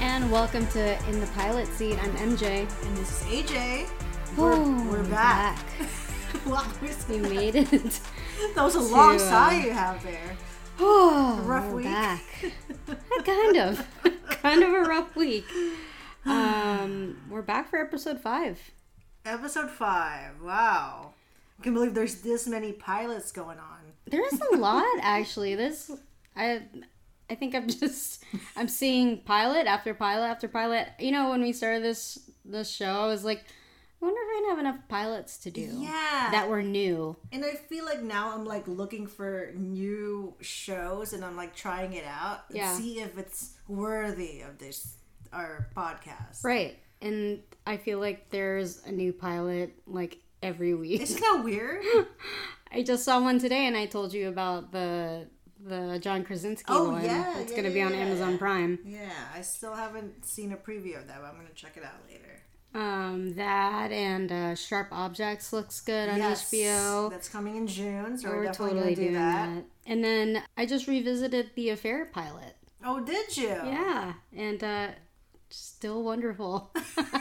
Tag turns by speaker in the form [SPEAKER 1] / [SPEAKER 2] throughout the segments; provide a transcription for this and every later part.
[SPEAKER 1] and welcome to In the Pilot Seat. I'm MJ.
[SPEAKER 2] And this is AJ. We're,
[SPEAKER 1] Ooh,
[SPEAKER 2] we're
[SPEAKER 1] we're
[SPEAKER 2] back.
[SPEAKER 1] back.
[SPEAKER 2] Wow, we're so-
[SPEAKER 1] We made it.
[SPEAKER 2] that was a long
[SPEAKER 1] to, uh,
[SPEAKER 2] sigh you have there.
[SPEAKER 1] Oh,
[SPEAKER 2] rough
[SPEAKER 1] we're
[SPEAKER 2] week.
[SPEAKER 1] Back. kind of, kind of a rough week. Um, we're back for episode five.
[SPEAKER 2] Episode 5. Wow. I can believe there's this many pilots going on.
[SPEAKER 1] There is a lot actually. This I I think I'm just I'm seeing pilot after pilot after pilot. You know, when we started this this show, I was like, I wonder if I have enough pilots to do
[SPEAKER 2] Yeah.
[SPEAKER 1] that were new.
[SPEAKER 2] and I feel like now I'm like looking for new shows and I'm like trying it out and
[SPEAKER 1] Yeah.
[SPEAKER 2] see if it's worthy of this our podcast.
[SPEAKER 1] Right. And I feel like there's a new pilot like every week.
[SPEAKER 2] Isn't that weird?
[SPEAKER 1] I just saw one today and I told you about the the John Krasinski
[SPEAKER 2] Oh,
[SPEAKER 1] one.
[SPEAKER 2] yeah,
[SPEAKER 1] it's
[SPEAKER 2] yeah,
[SPEAKER 1] gonna be
[SPEAKER 2] yeah,
[SPEAKER 1] on
[SPEAKER 2] yeah,
[SPEAKER 1] Amazon
[SPEAKER 2] yeah.
[SPEAKER 1] Prime.
[SPEAKER 2] yeah, I still haven't seen a preview of that, but I'm gonna check it out later.
[SPEAKER 1] Um, that and uh, Sharp Objects looks good on HBO.
[SPEAKER 2] That's coming in June, so we're,
[SPEAKER 1] We're
[SPEAKER 2] definitely
[SPEAKER 1] totally
[SPEAKER 2] gonna
[SPEAKER 1] doing
[SPEAKER 2] do that.
[SPEAKER 1] that. And then I just revisited the Affair pilot.
[SPEAKER 2] Oh, did you?
[SPEAKER 1] Yeah, and uh, still wonderful.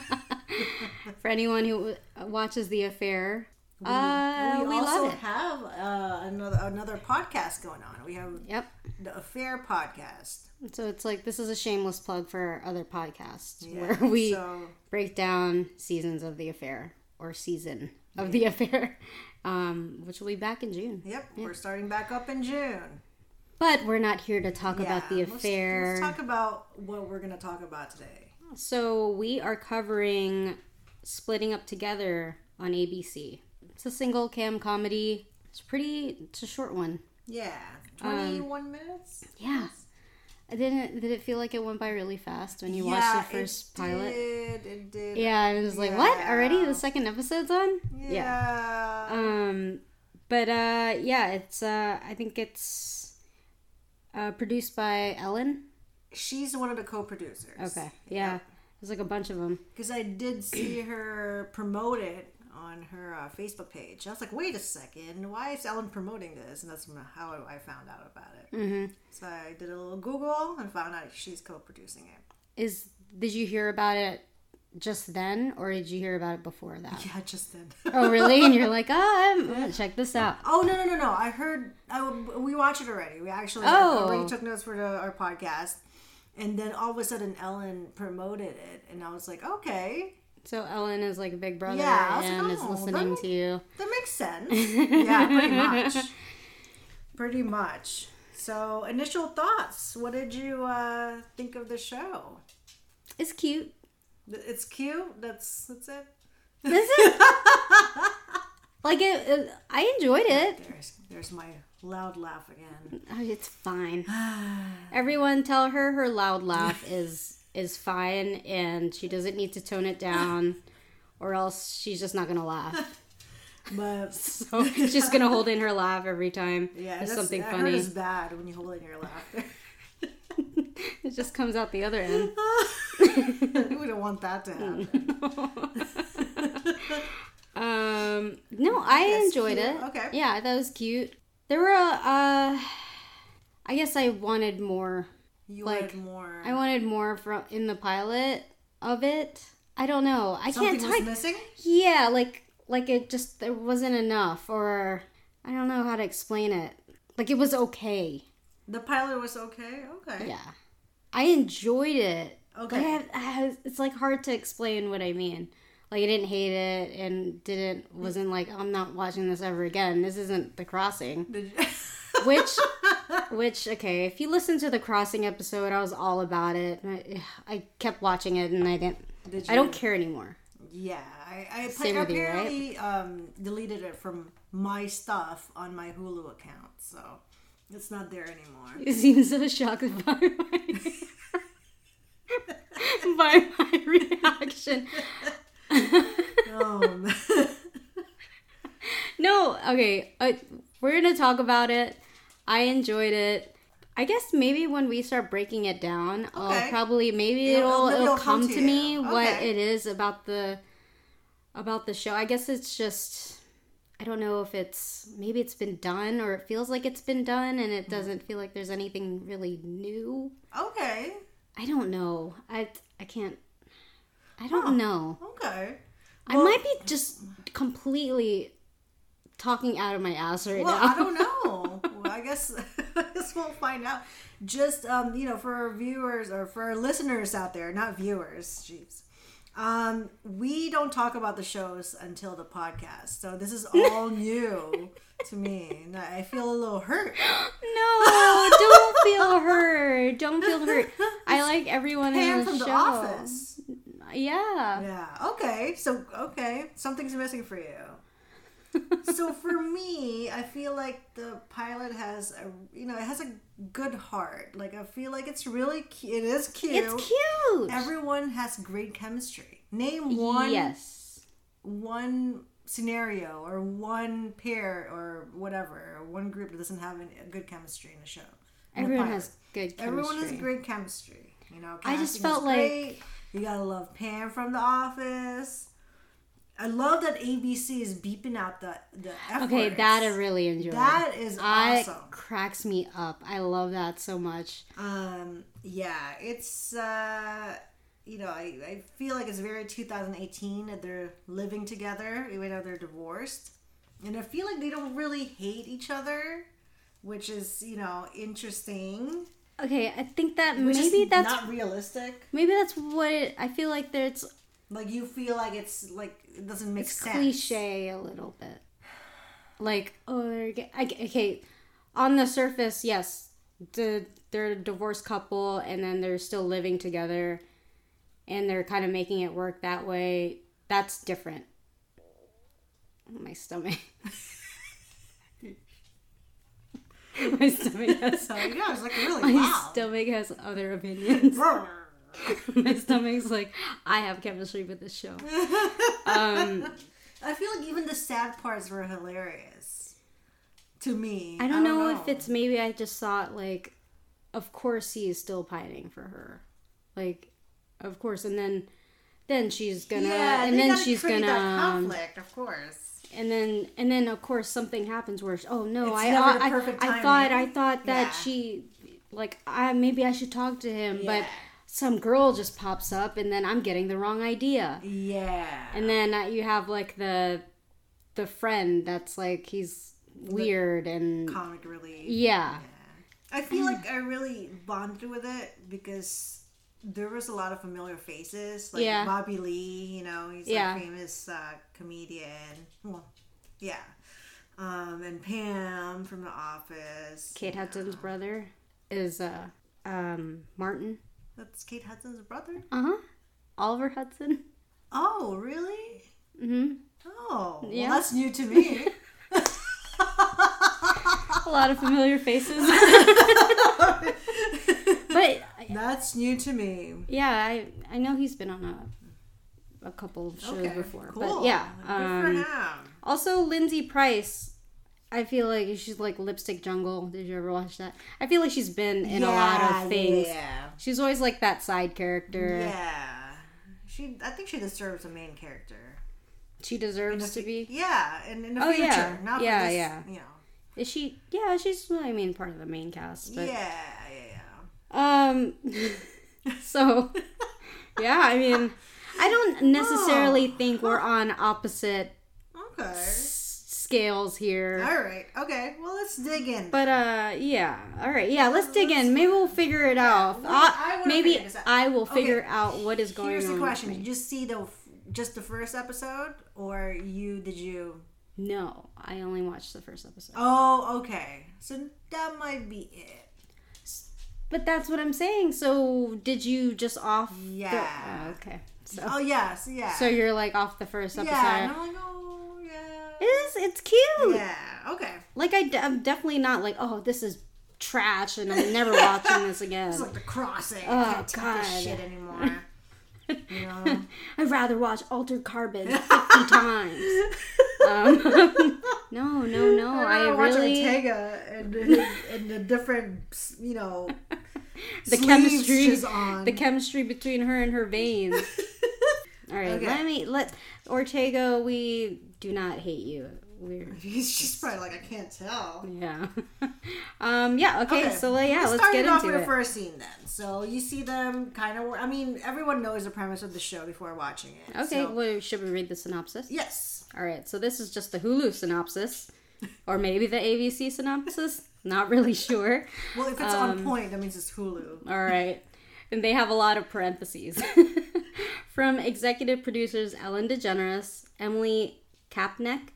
[SPEAKER 1] For anyone who watches the Affair, we, uh,
[SPEAKER 2] we,
[SPEAKER 1] we
[SPEAKER 2] also
[SPEAKER 1] love it.
[SPEAKER 2] have uh, another another podcast going on. We have
[SPEAKER 1] Yep.
[SPEAKER 2] the Affair podcast.
[SPEAKER 1] So it's like this is a shameless plug for our other podcasts
[SPEAKER 2] Yeah,
[SPEAKER 1] where we
[SPEAKER 2] so
[SPEAKER 1] break down seasons of the affair or season of the affair, um, which will be back in June.
[SPEAKER 2] yep, we're starting back up in June.
[SPEAKER 1] But we're not here to talk
[SPEAKER 2] Yeah,
[SPEAKER 1] about the
[SPEAKER 2] let's-
[SPEAKER 1] affair.
[SPEAKER 2] Let's, talk about what we're gonna talk about today.
[SPEAKER 1] so we are covering splitting up together on ABC. It's a single cam comedy. It's pretty. It's a short one.
[SPEAKER 2] Yeah,
[SPEAKER 1] Um,
[SPEAKER 2] twenty one minutes.
[SPEAKER 1] Yeah. I didn't. Did it feel like it went by really fast when you
[SPEAKER 2] yeah,
[SPEAKER 1] watched the first
[SPEAKER 2] it
[SPEAKER 1] pilot?
[SPEAKER 2] Did, it did.
[SPEAKER 1] Yeah, and it was like, what
[SPEAKER 2] Yeah.
[SPEAKER 1] already? The second episode's on?
[SPEAKER 2] Yeah.
[SPEAKER 1] Um, but uh, yeah, it's uh, I think it's uh, produced by Ellen.
[SPEAKER 2] She's one of the co-producers.
[SPEAKER 1] Okay, yeah, there's like a bunch of them.
[SPEAKER 2] because I did see her promote it on her uh, Facebook page. I was like, wait a second, why is Ellen promoting this? And that's how I found out about it.
[SPEAKER 1] Mm-hmm.
[SPEAKER 2] So I did a little Google and found out she's co-producing it.
[SPEAKER 1] Is did you hear about it just then, or did you hear about it before that?
[SPEAKER 2] Yeah, just then.
[SPEAKER 1] oh, really? And you're like, oh, I'm, I'm gonna check this out.
[SPEAKER 2] oh no no no no! I heard I, we watched it already. We actually
[SPEAKER 1] Oh.
[SPEAKER 2] already took notes for the, our podcast, and then all of a sudden Ellen promoted it, and I was like, okay,
[SPEAKER 1] So Ellen is like a big brother
[SPEAKER 2] Yeah, I was
[SPEAKER 1] and
[SPEAKER 2] like,
[SPEAKER 1] is
[SPEAKER 2] oh,
[SPEAKER 1] listening
[SPEAKER 2] that-
[SPEAKER 1] to you.
[SPEAKER 2] That makes sense. yeah, pretty much. Pretty much. So, initial thoughts. What did you uh, think of the show?
[SPEAKER 1] It's cute.
[SPEAKER 2] Th- It's cute. That's that's it.
[SPEAKER 1] This is like it, it. I enjoyed it.
[SPEAKER 2] There's there's my loud laugh again.
[SPEAKER 1] Oh, it's fine. Everyone tell her her loud laugh is is fine and she doesn't need to tone it down or else she's just not going to laugh.
[SPEAKER 2] But
[SPEAKER 1] So she's just going to hold in her laugh every time.
[SPEAKER 2] yeah,
[SPEAKER 1] there's
[SPEAKER 2] that's,
[SPEAKER 1] something
[SPEAKER 2] I heard
[SPEAKER 1] funny.
[SPEAKER 2] It's bad when you hold in your laugh.
[SPEAKER 1] It just comes out the other end.
[SPEAKER 2] we don't want that to happen.
[SPEAKER 1] Um no, I
[SPEAKER 2] That's
[SPEAKER 1] enjoyed
[SPEAKER 2] cute.
[SPEAKER 1] it.
[SPEAKER 2] Okay.
[SPEAKER 1] Yeah, that was cute. There were uh I guess I wanted more
[SPEAKER 2] You
[SPEAKER 1] Like,
[SPEAKER 2] wanted more.
[SPEAKER 1] I wanted more from in the pilot of it. I don't know. I
[SPEAKER 2] Something
[SPEAKER 1] can't
[SPEAKER 2] was
[SPEAKER 1] talk
[SPEAKER 2] missing.
[SPEAKER 1] Yeah, like like it just there wasn't enough or I don't know how to explain it. Like it was okay.
[SPEAKER 2] The pilot was okay. Okay.
[SPEAKER 1] Yeah. I enjoyed it.
[SPEAKER 2] Okay.
[SPEAKER 1] Like I, I, it's like hard to explain what I mean. Like I didn't hate it and didn't wasn't like I'm not watching this ever again. This isn't The Crossing.
[SPEAKER 2] Did you-
[SPEAKER 1] Which which okay, if you listen to the Crossing episode, I was all about it. I, I kept watching it and I didn't
[SPEAKER 2] Did
[SPEAKER 1] I don't care anymore.
[SPEAKER 2] Yeah, I, I pla-
[SPEAKER 1] Same with you, right?
[SPEAKER 2] apparently um, deleted it from my stuff on my Hulu account, so it's not there anymore.
[SPEAKER 1] You seem so shocked by my by my reaction.
[SPEAKER 2] um,
[SPEAKER 1] No, okay, uh, we're gonna talk about it. I enjoyed it. I guess maybe when we start breaking it down, I'll
[SPEAKER 2] Okay.
[SPEAKER 1] probably maybe
[SPEAKER 2] It'll-
[SPEAKER 1] it'll it'll,
[SPEAKER 2] it'll
[SPEAKER 1] come,
[SPEAKER 2] come
[SPEAKER 1] to,
[SPEAKER 2] to
[SPEAKER 1] me
[SPEAKER 2] you.
[SPEAKER 1] what
[SPEAKER 2] Okay.
[SPEAKER 1] it is about the about the show. I guess it's just I don't know if it's maybe it's been done or it feels like it's been done and
[SPEAKER 2] Mm-hmm.
[SPEAKER 1] it doesn't feel like there's anything really new.
[SPEAKER 2] okay,
[SPEAKER 1] I don't know. I I can't. I don't
[SPEAKER 2] Huh.
[SPEAKER 1] know.
[SPEAKER 2] Okay.
[SPEAKER 1] I might be just completely talking out of my ass right
[SPEAKER 2] Well,
[SPEAKER 1] now.
[SPEAKER 2] I don't know. Well, I guess I guess we'll find out. Just um, you know, for our viewers or for our listeners out there, not viewers, jeez. Um, we don't talk about the shows until the podcast, so this is all new to me. And I feel a little hurt.
[SPEAKER 1] No, don't feel hurt. Don't feel hurt. I like everyone in
[SPEAKER 2] Pam
[SPEAKER 1] the
[SPEAKER 2] from
[SPEAKER 1] show.
[SPEAKER 2] the office.
[SPEAKER 1] Yeah.
[SPEAKER 2] Yeah. Okay. So okay, something's missing for you. so for me, I feel like the pilot has a you know it has a good heart. Like I feel like it's really cu- it is cute.
[SPEAKER 1] It's cute.
[SPEAKER 2] Everyone has great chemistry. Name one
[SPEAKER 1] Yes.
[SPEAKER 2] one scenario or one pair or whatever or one group that doesn't have an- a good chemistry in a show. in a
[SPEAKER 1] Everyone
[SPEAKER 2] pilot.
[SPEAKER 1] has good chemistry.
[SPEAKER 2] Everyone has great chemistry. You know,
[SPEAKER 1] I just
[SPEAKER 2] casting is
[SPEAKER 1] felt like-
[SPEAKER 2] great. you gotta love Pam from The Office. I love that ABC is beeping out the the F
[SPEAKER 1] Okay,
[SPEAKER 2] words.
[SPEAKER 1] that I really enjoy.
[SPEAKER 2] that is
[SPEAKER 1] I
[SPEAKER 2] awesome.
[SPEAKER 1] cracks me up. I love that so much.
[SPEAKER 2] Um, yeah, it's uh, you know, I, I feel like it's very 2018 that they're living together, even though they're divorced, and I feel like they don't really hate each other, which is you know interesting.
[SPEAKER 1] Okay, I think that
[SPEAKER 2] Which
[SPEAKER 1] maybe
[SPEAKER 2] is
[SPEAKER 1] that's
[SPEAKER 2] not realistic.
[SPEAKER 1] maybe that's what it, I feel like. There's
[SPEAKER 2] Like you feel like it's like it doesn't make
[SPEAKER 1] it's
[SPEAKER 2] sense.
[SPEAKER 1] cliche a little bit. Like, oh, they're ge- I, okay. On the surface, yes, the, they're a divorced couple, and then they're still living together, and they're kind of making it work that way. That's different. Oh, My stomach. My stomach has.
[SPEAKER 2] So yeah, it's like really
[SPEAKER 1] My
[SPEAKER 2] wow.
[SPEAKER 1] stomach has other opinions. My stomach's like, I have chemistry with this show. Um,
[SPEAKER 2] I feel like even the sad parts were hilarious. To me,
[SPEAKER 1] I don't know, if it's maybe I just saw it like, of course he is still pining for her, like, of course, and then, then she's gonna, and
[SPEAKER 2] they
[SPEAKER 1] then
[SPEAKER 2] gotta
[SPEAKER 1] she's
[SPEAKER 2] create
[SPEAKER 1] gonna,
[SPEAKER 2] that
[SPEAKER 1] um,
[SPEAKER 2] conflict, of course.
[SPEAKER 1] and then and then of course something happens where she, oh no,
[SPEAKER 2] It's
[SPEAKER 1] I,
[SPEAKER 2] never the
[SPEAKER 1] I,
[SPEAKER 2] perfect
[SPEAKER 1] I
[SPEAKER 2] timing.
[SPEAKER 1] thought I thought that
[SPEAKER 2] Yeah.
[SPEAKER 1] she, like, I maybe I should talk to him, but
[SPEAKER 2] Yeah.
[SPEAKER 1] some girl just pops up, and then I'm getting the wrong idea.
[SPEAKER 2] Yeah.
[SPEAKER 1] And then uh, you have like the the friend that's like he's weird and
[SPEAKER 2] comic relief.
[SPEAKER 1] yeah.
[SPEAKER 2] I
[SPEAKER 1] Mm.
[SPEAKER 2] feel like I really bonded with it because there was a lot of familiar faces, like
[SPEAKER 1] Yeah.
[SPEAKER 2] Bobby Lee. You know, he's
[SPEAKER 1] Yeah.
[SPEAKER 2] a famous uh, comedian. Well, yeah, um, and Pam from The Office.
[SPEAKER 1] Kate Hudson's brother is uh um Martin.
[SPEAKER 2] That's Kate Hudson's brother.
[SPEAKER 1] Uh-huh. Oliver Hudson.
[SPEAKER 2] Oh, really?
[SPEAKER 1] Mhm.
[SPEAKER 2] Oh, well,
[SPEAKER 1] Yeah.
[SPEAKER 2] that's new to me.
[SPEAKER 1] A lot of familiar faces. but
[SPEAKER 2] that's new to me.
[SPEAKER 1] yeah, I I know he's been on a a couple of shows
[SPEAKER 2] Okay,
[SPEAKER 1] before. But
[SPEAKER 2] cool.
[SPEAKER 1] yeah.
[SPEAKER 2] Good for
[SPEAKER 1] Um,
[SPEAKER 2] him.
[SPEAKER 1] also Lindsay Price I feel like she's like Lipstick Jungle. Did you ever watch that? I feel like she's been in a lot
[SPEAKER 2] Yeah,
[SPEAKER 1] of things.
[SPEAKER 2] Yeah.
[SPEAKER 1] She's always like that side character.
[SPEAKER 2] Yeah. She I think she deserves a main character.
[SPEAKER 1] She deserves to be.
[SPEAKER 2] Yeah, and in the
[SPEAKER 1] Oh,
[SPEAKER 2] future.
[SPEAKER 1] yeah.
[SPEAKER 2] Not
[SPEAKER 1] Yeah,
[SPEAKER 2] for this,
[SPEAKER 1] yeah.
[SPEAKER 2] you know.
[SPEAKER 1] Is she? Yeah, she's. I mean, part of the main cast. But
[SPEAKER 2] yeah, yeah,
[SPEAKER 1] um, so yeah, I mean, I don't necessarily
[SPEAKER 2] Oh.
[SPEAKER 1] think we're on opposite
[SPEAKER 2] yeah. Okay.
[SPEAKER 1] s- scales here.
[SPEAKER 2] All right. Okay. Well, let's dig in.
[SPEAKER 1] But uh, yeah. All right. Yeah, let's dig in. Maybe we'll figure it out.
[SPEAKER 2] we-
[SPEAKER 1] I'll-
[SPEAKER 2] I wanna
[SPEAKER 1] maybe
[SPEAKER 2] figure this out.
[SPEAKER 1] I will figure
[SPEAKER 2] Okay,
[SPEAKER 1] out what is going
[SPEAKER 2] Here's
[SPEAKER 1] on.
[SPEAKER 2] the
[SPEAKER 1] with
[SPEAKER 2] question:
[SPEAKER 1] me.
[SPEAKER 2] Did you see the f- just the first episode, or you did you?
[SPEAKER 1] No, I only watched the first episode.
[SPEAKER 2] Oh, okay. So that might be it.
[SPEAKER 1] But that's what I'm saying. So did you just off? the-
[SPEAKER 2] Yeah.
[SPEAKER 1] oh, okay. So
[SPEAKER 2] Oh yes, yeah.
[SPEAKER 1] so you're like off the first episode.
[SPEAKER 2] yeah, and I'm like, oh yeah.
[SPEAKER 1] It is. It's cute.
[SPEAKER 2] Yeah. Okay.
[SPEAKER 1] Like I, am definitely not like, oh, this is trash, and I'm never watching this
[SPEAKER 2] It's
[SPEAKER 1] again.
[SPEAKER 2] like the crossing.
[SPEAKER 1] Oh,
[SPEAKER 2] I can't take
[SPEAKER 1] God.
[SPEAKER 2] this shit anymore. you know.
[SPEAKER 1] I'd rather watch Altered Carbon fifty times. Um, no, no, no. Oh, I,
[SPEAKER 2] I watch
[SPEAKER 1] really
[SPEAKER 2] Ortega and, his- and the different, you know,
[SPEAKER 1] the
[SPEAKER 2] sleeves
[SPEAKER 1] chemistry,
[SPEAKER 2] she's on.
[SPEAKER 1] the chemistry between her and her veins. All right,
[SPEAKER 2] Okay.
[SPEAKER 1] let me let Ortega. We do not hate you. weird.
[SPEAKER 2] She's probably like, I can't tell.
[SPEAKER 1] Yeah. um. Yeah. Okay.
[SPEAKER 2] Okay,
[SPEAKER 1] So like, yeah,
[SPEAKER 2] let's
[SPEAKER 1] let's
[SPEAKER 2] start
[SPEAKER 1] get
[SPEAKER 2] it off
[SPEAKER 1] into
[SPEAKER 2] with
[SPEAKER 1] it.
[SPEAKER 2] the first scene then. So you see them kind of. I mean, everyone knows the premise of the show before watching it.
[SPEAKER 1] Okay.
[SPEAKER 2] so-
[SPEAKER 1] Well, should we read the synopsis?
[SPEAKER 2] yes.
[SPEAKER 1] All right. So this is just the Hulu synopsis, or maybe the ABC synopsis. Not really sure.
[SPEAKER 2] Well, if it's
[SPEAKER 1] Um,
[SPEAKER 2] on point, that means it's Hulu.
[SPEAKER 1] All right. And they have a lot of parentheses. From executive producers Ellen DeGeneres, Emily Kapnick,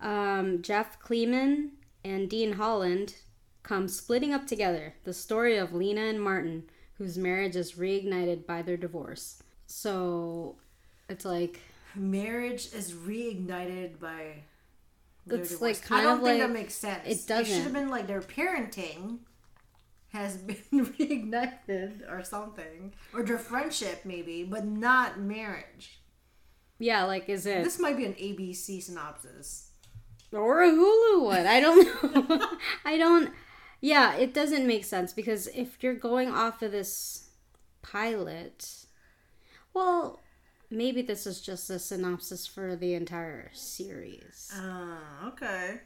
[SPEAKER 1] um, Jeff Kleeman, and Dean Holland come splitting up together the story of Lena and Martin, whose marriage is reignited by their divorce. So it's like,
[SPEAKER 2] Marriage is reignited by. their
[SPEAKER 1] It's,
[SPEAKER 2] divorce.
[SPEAKER 1] like, kind
[SPEAKER 2] I don't
[SPEAKER 1] of
[SPEAKER 2] think
[SPEAKER 1] like-
[SPEAKER 2] that makes sense.
[SPEAKER 1] it
[SPEAKER 2] should
[SPEAKER 1] doesn't.
[SPEAKER 2] have been like their parenting has been reignited or something, or their friendship maybe, but not marriage.
[SPEAKER 1] yeah, like, is it.
[SPEAKER 2] This might be an ABC synopsis.
[SPEAKER 1] or a Hulu one. I don't know. I don't. Yeah, it doesn't make sense because if you're going off of this pilot, well, maybe this is just a synopsis for the entire series.
[SPEAKER 2] Uh, okay.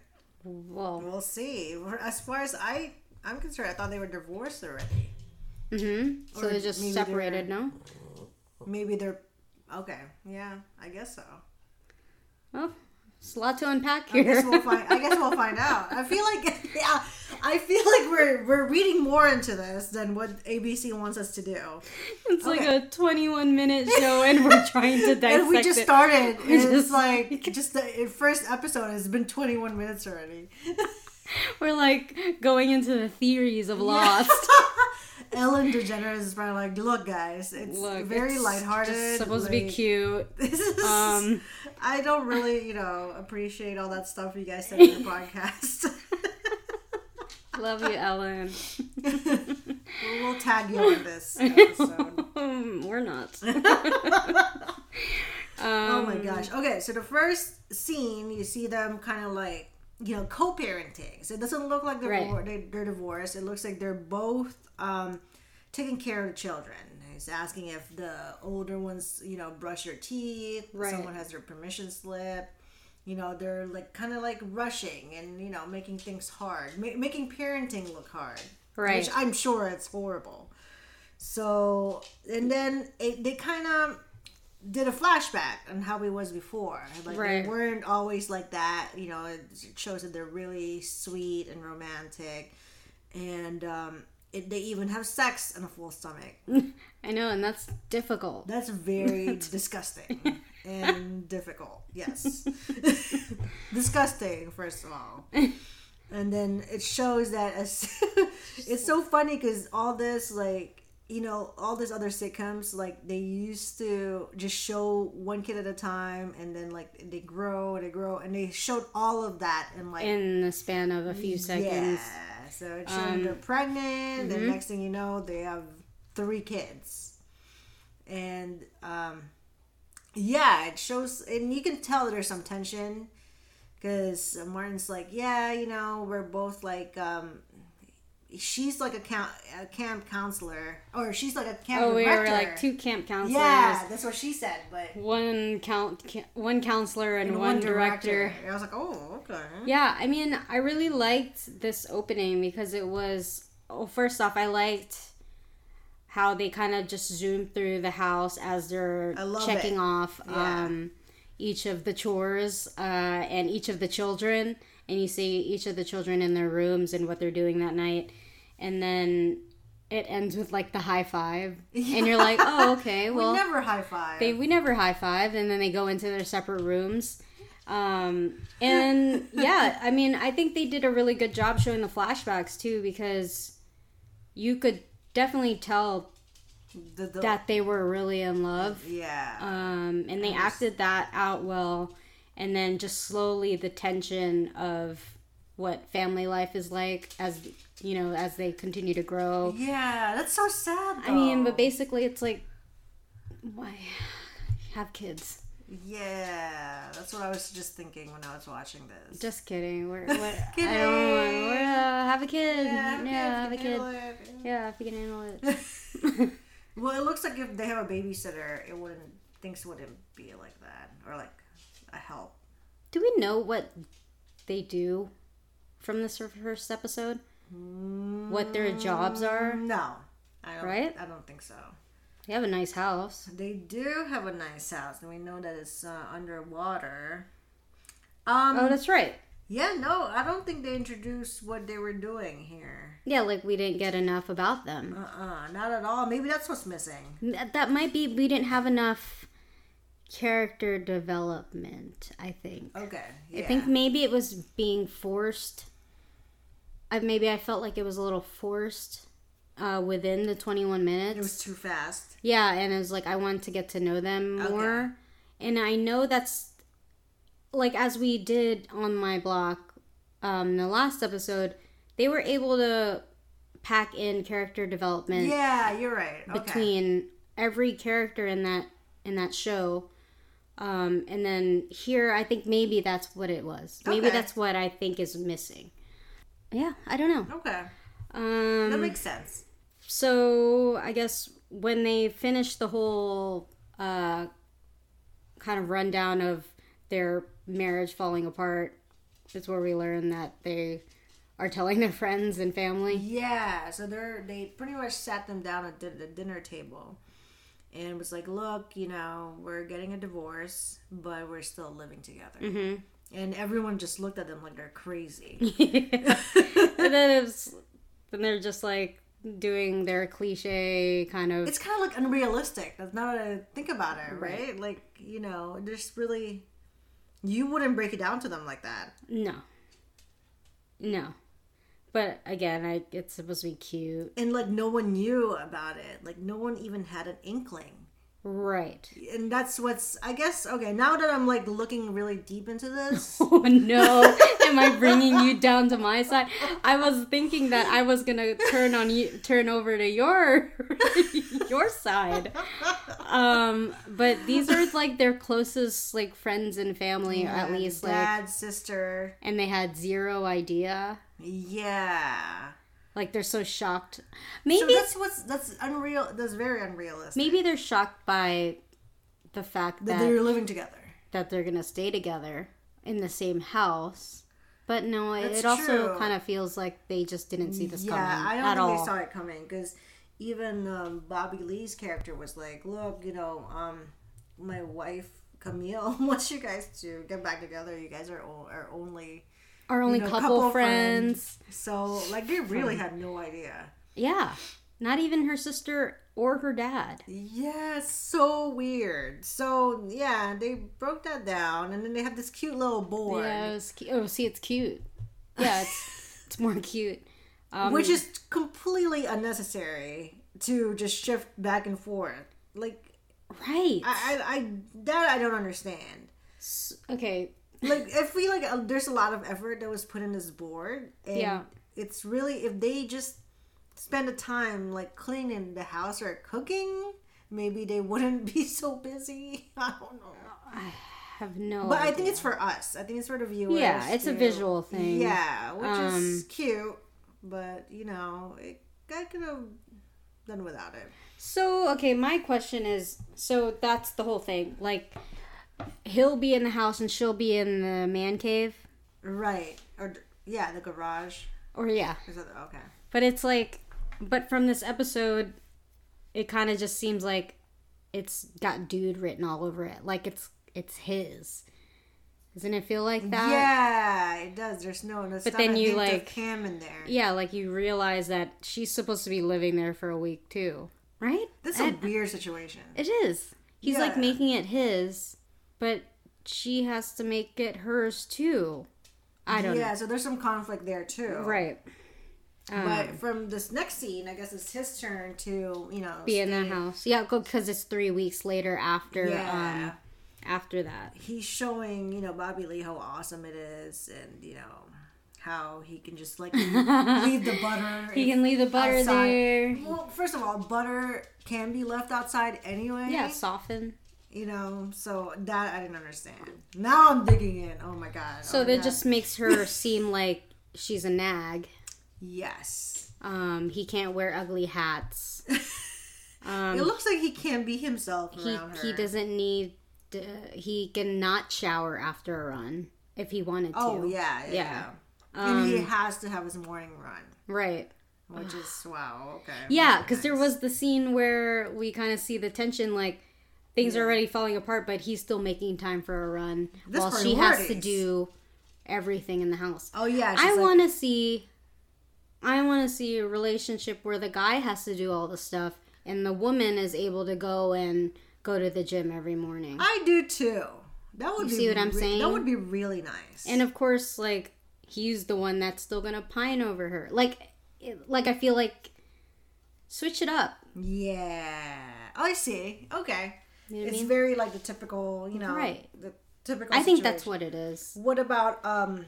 [SPEAKER 1] Well,
[SPEAKER 2] We'll see. We're- As far as I, I'm concerned, I thought they were divorced already.
[SPEAKER 1] hmm so
[SPEAKER 2] Or
[SPEAKER 1] they're just
[SPEAKER 2] maybe
[SPEAKER 1] separated, no?
[SPEAKER 2] Maybe they're. Okay. Yeah. I guess so.
[SPEAKER 1] Well, it's a lot to unpack
[SPEAKER 2] I guess
[SPEAKER 1] here.
[SPEAKER 2] we'll find. I guess we'll find out. I feel like. Yeah. I feel like we're we're reading more into this than what ABC wants us to do,
[SPEAKER 1] it's
[SPEAKER 2] okay.
[SPEAKER 1] like a 21 minute show, and we're trying to dissect
[SPEAKER 2] and we just
[SPEAKER 1] it.
[SPEAKER 2] started. And it's
[SPEAKER 1] just-
[SPEAKER 2] like just the first episode has been 21 minutes already.
[SPEAKER 1] we're like going into the theories of Lost.
[SPEAKER 2] Ellen DeGeneres is probably like, look, guys, it's
[SPEAKER 1] Look,
[SPEAKER 2] very
[SPEAKER 1] it's just
[SPEAKER 2] lighthearted.
[SPEAKER 1] supposed to be
[SPEAKER 2] like,
[SPEAKER 1] cute.
[SPEAKER 2] This is.
[SPEAKER 1] Um,
[SPEAKER 2] I don't really, you know, appreciate all that stuff you guys said in your podcast.
[SPEAKER 1] Love you, Ellen.
[SPEAKER 2] we'll tag you on this episode.
[SPEAKER 1] Um, we're not.
[SPEAKER 2] oh
[SPEAKER 1] Um,
[SPEAKER 2] my gosh. Okay, so the first scene, you see them kind of like, you know, co-parenting. So it doesn't look like they're
[SPEAKER 1] Right.
[SPEAKER 2] divor- they- they're divorced. It looks like they're both um, taking care of the children. He's asking if the older ones, you know, brush their teeth.
[SPEAKER 1] Right.
[SPEAKER 2] Someone has their permission slip. You know, they're like kind of like rushing and you know making things hard, ma- making parenting look hard.
[SPEAKER 1] Right.
[SPEAKER 2] Which I'm sure it's horrible. So, and then it, they kind of did a flashback on how he was before. Like
[SPEAKER 1] Right.
[SPEAKER 2] they weren't always like that. You know, it shows that they're really sweet and romantic, and um, it, they even have sex on a full stomach.
[SPEAKER 1] I know, and that's difficult.
[SPEAKER 2] That's very disgusting and difficult. Yes. disgusting, first of all. And then it shows that as it's so funny because all this, like, you know, all these other sitcoms, like, they used to just show one kid at a time and then, like, they grow and they grow and they showed all of that in, like,
[SPEAKER 1] In the span of a few seconds.
[SPEAKER 2] yeah. So it showed
[SPEAKER 1] Um,
[SPEAKER 2] they're pregnant.
[SPEAKER 1] mm-hmm.
[SPEAKER 2] The next thing you know, they have three kids, and um, yeah, it shows, and you can tell there's some tension because Martin's like, yeah, you know, we're both like. Um, She's like a camp, a camp counselor, or she's like a camp
[SPEAKER 1] Oh, we were
[SPEAKER 2] director.
[SPEAKER 1] like two camp counselors.
[SPEAKER 2] Yeah, that's what she said. But
[SPEAKER 1] One count, ca- one counselor and, one, director.
[SPEAKER 2] And I was like, oh, okay.
[SPEAKER 1] Yeah, I mean, I really liked this opening because it was. Oh, first off, I liked how they kind of just zoom through the house as they're
[SPEAKER 2] I love
[SPEAKER 1] checking
[SPEAKER 2] it.
[SPEAKER 1] off
[SPEAKER 2] Yeah.
[SPEAKER 1] um, each of the chores uh, and each of the children, and you see each of the children in their rooms and what they're doing that night, and then it ends with like the high five, and you're like, oh, okay, well,
[SPEAKER 2] we never high five.
[SPEAKER 1] they we never high fived, and then they go into their separate rooms. Um, and yeah, I mean, I think they did a really good job showing the flashbacks too, because you could definitely tell
[SPEAKER 2] The- the-
[SPEAKER 1] that they were really in love.
[SPEAKER 2] yeah.
[SPEAKER 1] Um, and they acted that out well, and then just slowly the tension of what family life is like as you know as they continue to grow.
[SPEAKER 2] Yeah, that's so sad.
[SPEAKER 1] I mean, but
[SPEAKER 2] though.
[SPEAKER 1] basically, it's like why have kids.
[SPEAKER 2] yeah, that's what I was just thinking when I was watching this.
[SPEAKER 1] Just kidding. We're, what,
[SPEAKER 2] Kidding.
[SPEAKER 1] I don't want- we're, uh, have a kid. Yeah, have a
[SPEAKER 2] okay,
[SPEAKER 1] kid.
[SPEAKER 2] if you can
[SPEAKER 1] Yeah, if you can handle it.
[SPEAKER 2] handle it. well, it looks like if they have a babysitter, it wouldn't things wouldn't be like that or like a help.
[SPEAKER 1] Do we know what they do from this first episode? What their jobs are?
[SPEAKER 2] No, I don't,
[SPEAKER 1] Right?
[SPEAKER 2] I don't think so.
[SPEAKER 1] They have a nice house.
[SPEAKER 2] They do have a nice house, and we know that it's uh, underwater. Um,
[SPEAKER 1] Oh, that's right.
[SPEAKER 2] yeah, no, I don't think they introduced what they were doing here.
[SPEAKER 1] Yeah, like we didn't get enough about them.
[SPEAKER 2] Uh, uh not at all. Maybe that's what's missing.
[SPEAKER 1] That that might be we didn't have enough character development, I think.
[SPEAKER 2] Okay, yeah.
[SPEAKER 1] I think maybe it was being forced. I maybe I felt like it was a little forced uh, within the 21 minutes.
[SPEAKER 2] it was too fast.
[SPEAKER 1] Yeah, and it was like I wanted to get to know them more. And I know that's like as we did on my block um the last episode, they were able to pack in character development
[SPEAKER 2] Yeah, you're right. Okay.
[SPEAKER 1] between every character in that in that show. Um and then here I think maybe that's what it was. Maybe
[SPEAKER 2] Okay.
[SPEAKER 1] that's what I think is missing. Yeah, I don't know.
[SPEAKER 2] okay,
[SPEAKER 1] Um
[SPEAKER 2] that makes sense.
[SPEAKER 1] so I guess when they finished the whole uh, kind of rundown of their marriage falling apart, it's where we learn that they are telling their friends and family.
[SPEAKER 2] Yeah, so they're they pretty much sat them down at the, the dinner table, and was like, "Look, you know, we're getting a divorce, but we're still living together." Mm-hmm. And everyone just looked at them like they're crazy.
[SPEAKER 1] and then it's, then they're just like doing their cliche kind of.
[SPEAKER 2] it's kind of like unrealistic. That's not what I think about it, right? Like you know, there's really you wouldn't break it down to them like that.
[SPEAKER 1] no. No. But again, I, it's supposed to be cute.
[SPEAKER 2] And like no one knew about it. Like no one even had an inkling.
[SPEAKER 1] Right.
[SPEAKER 2] And that's what's I guess okay. Now that I'm like looking really deep into this.
[SPEAKER 1] Oh no, am I bringing you down to my side? I was thinking that I was gonna turn on you, turn over to your your side. Um, but these are like their closest like friends and family, at
[SPEAKER 2] Yeah,
[SPEAKER 1] least like,
[SPEAKER 2] dad, sister.
[SPEAKER 1] and they had zero idea.
[SPEAKER 2] Yeah.
[SPEAKER 1] Like they're so shocked.
[SPEAKER 2] So
[SPEAKER 1] Maybe
[SPEAKER 2] that's what's that's unreal. That's very unrealistic.
[SPEAKER 1] maybe they're shocked by the fact that
[SPEAKER 2] That they're living together.
[SPEAKER 1] that they're gonna stay together in the same house. But no, it,
[SPEAKER 2] That's
[SPEAKER 1] it also
[SPEAKER 2] true.
[SPEAKER 1] kind of feels like they just didn't see this
[SPEAKER 2] Yeah,
[SPEAKER 1] coming
[SPEAKER 2] I
[SPEAKER 1] at
[SPEAKER 2] don't think
[SPEAKER 1] all.
[SPEAKER 2] they saw it coming because even um, Bobby Lee's character was like, "Look, you know, um, my wife Camille wants you guys to get back together. You guys are o- are only
[SPEAKER 1] Our only
[SPEAKER 2] you know,
[SPEAKER 1] couple, friends.
[SPEAKER 2] So like, they really had no idea.
[SPEAKER 1] Yeah, not even her sister or her dad.
[SPEAKER 2] Yeah, it's so weird. So yeah, they broke that down, and then they have this cute little board.
[SPEAKER 1] Yeah, it was cu- oh, see, it's cute. Yeah, it's it's more cute. Um,
[SPEAKER 2] which is completely unnecessary to just shift back and forth. Like
[SPEAKER 1] right.
[SPEAKER 2] I, I, I that I don't understand.
[SPEAKER 1] S- okay,
[SPEAKER 2] Like I feel like uh, there's a lot of effort that was put in this board, and
[SPEAKER 1] Yeah.
[SPEAKER 2] it's really if they just spend the time like cleaning the house or cooking, maybe they wouldn't be so busy. I don't know.
[SPEAKER 1] I have no.
[SPEAKER 2] But I
[SPEAKER 1] idea.
[SPEAKER 2] think it's for us. I think it's for the viewers.
[SPEAKER 1] Oh, Yeah, it's a
[SPEAKER 2] to-
[SPEAKER 1] visual thing. Um,
[SPEAKER 2] Yeah, which is cute, but you know, it, I could have done without it.
[SPEAKER 1] so. Okay, my question is: so that's the whole thing. Like, he'll be in the house and she'll be in the man cave,
[SPEAKER 2] Right. Or yeah, the garage.
[SPEAKER 1] or yeah.
[SPEAKER 2] Is that okay?
[SPEAKER 1] But it's like, but from this episode, it kind of just seems like it's got dude written all over it. Like it's it's his. Doesn't it feel like that?
[SPEAKER 2] yeah, it does. There's no. It's but
[SPEAKER 1] then
[SPEAKER 2] then
[SPEAKER 1] you,
[SPEAKER 2] you
[SPEAKER 1] like-
[SPEAKER 2] like Cam in there.
[SPEAKER 1] Yeah, like you realize that she's supposed to be living there for a week too, right?
[SPEAKER 2] That's a weird situation.
[SPEAKER 1] It is. He's like
[SPEAKER 2] Yeah.
[SPEAKER 1] making it his, but she has to make it hers too. I don't
[SPEAKER 2] yeah, so there's some conflict there too.
[SPEAKER 1] know. Right. um,
[SPEAKER 2] But from this next scene, I guess it's his turn to you know
[SPEAKER 1] Be in the house. Yeah, because it's three weeks later after um
[SPEAKER 2] Yeah.
[SPEAKER 1] after that.
[SPEAKER 2] he's showing you know Bobby Lee how awesome it is, and you know how he can just like leave the butter.
[SPEAKER 1] He can leave the butter
[SPEAKER 2] outside.
[SPEAKER 1] there.
[SPEAKER 2] Well, first of all, butter can be left outside anyway.
[SPEAKER 1] Yeah, soften.
[SPEAKER 2] You know, so that I didn't understand. Now I'm digging in. Oh my god.
[SPEAKER 1] So
[SPEAKER 2] oh my
[SPEAKER 1] that
[SPEAKER 2] God.
[SPEAKER 1] just makes her seem like she's a nag.
[SPEAKER 2] yes.
[SPEAKER 1] Um, he can't wear ugly hats.
[SPEAKER 2] it looks like he can't be himself
[SPEAKER 1] um, He
[SPEAKER 2] around her.
[SPEAKER 1] he doesn't need. Uh, he cannot shower after a run. if he wanted to.
[SPEAKER 2] Oh yeah, yeah.
[SPEAKER 1] Yeah. Um,
[SPEAKER 2] yeah. and he has to have his morning run,
[SPEAKER 1] Right.
[SPEAKER 2] which is wow. Okay.
[SPEAKER 1] Yeah, because there was the scene where we kind of see the tension, like things are already falling apart, but he's still making time for a run
[SPEAKER 2] This
[SPEAKER 1] while she has to
[SPEAKER 2] priorities.
[SPEAKER 1] do everything in the house.
[SPEAKER 2] Oh yeah.
[SPEAKER 1] I
[SPEAKER 2] she's like,
[SPEAKER 1] want to see, I want to see a relationship where the guy has to do all the stuff and the woman is able to go and go to the gym every morning.
[SPEAKER 2] I do too. That would be
[SPEAKER 1] see what I'm saying?
[SPEAKER 2] That would be really nice.
[SPEAKER 1] and of course, like he's the one that's still gonna pine over her. Like, it- like I feel like switch it up.
[SPEAKER 2] yeah, I see. Okay,
[SPEAKER 1] You know what I
[SPEAKER 2] it's
[SPEAKER 1] mean?
[SPEAKER 2] very like the typical, you know,
[SPEAKER 1] Right.
[SPEAKER 2] The typical.
[SPEAKER 1] I think that's
[SPEAKER 2] situation.
[SPEAKER 1] what it is.
[SPEAKER 2] What about um,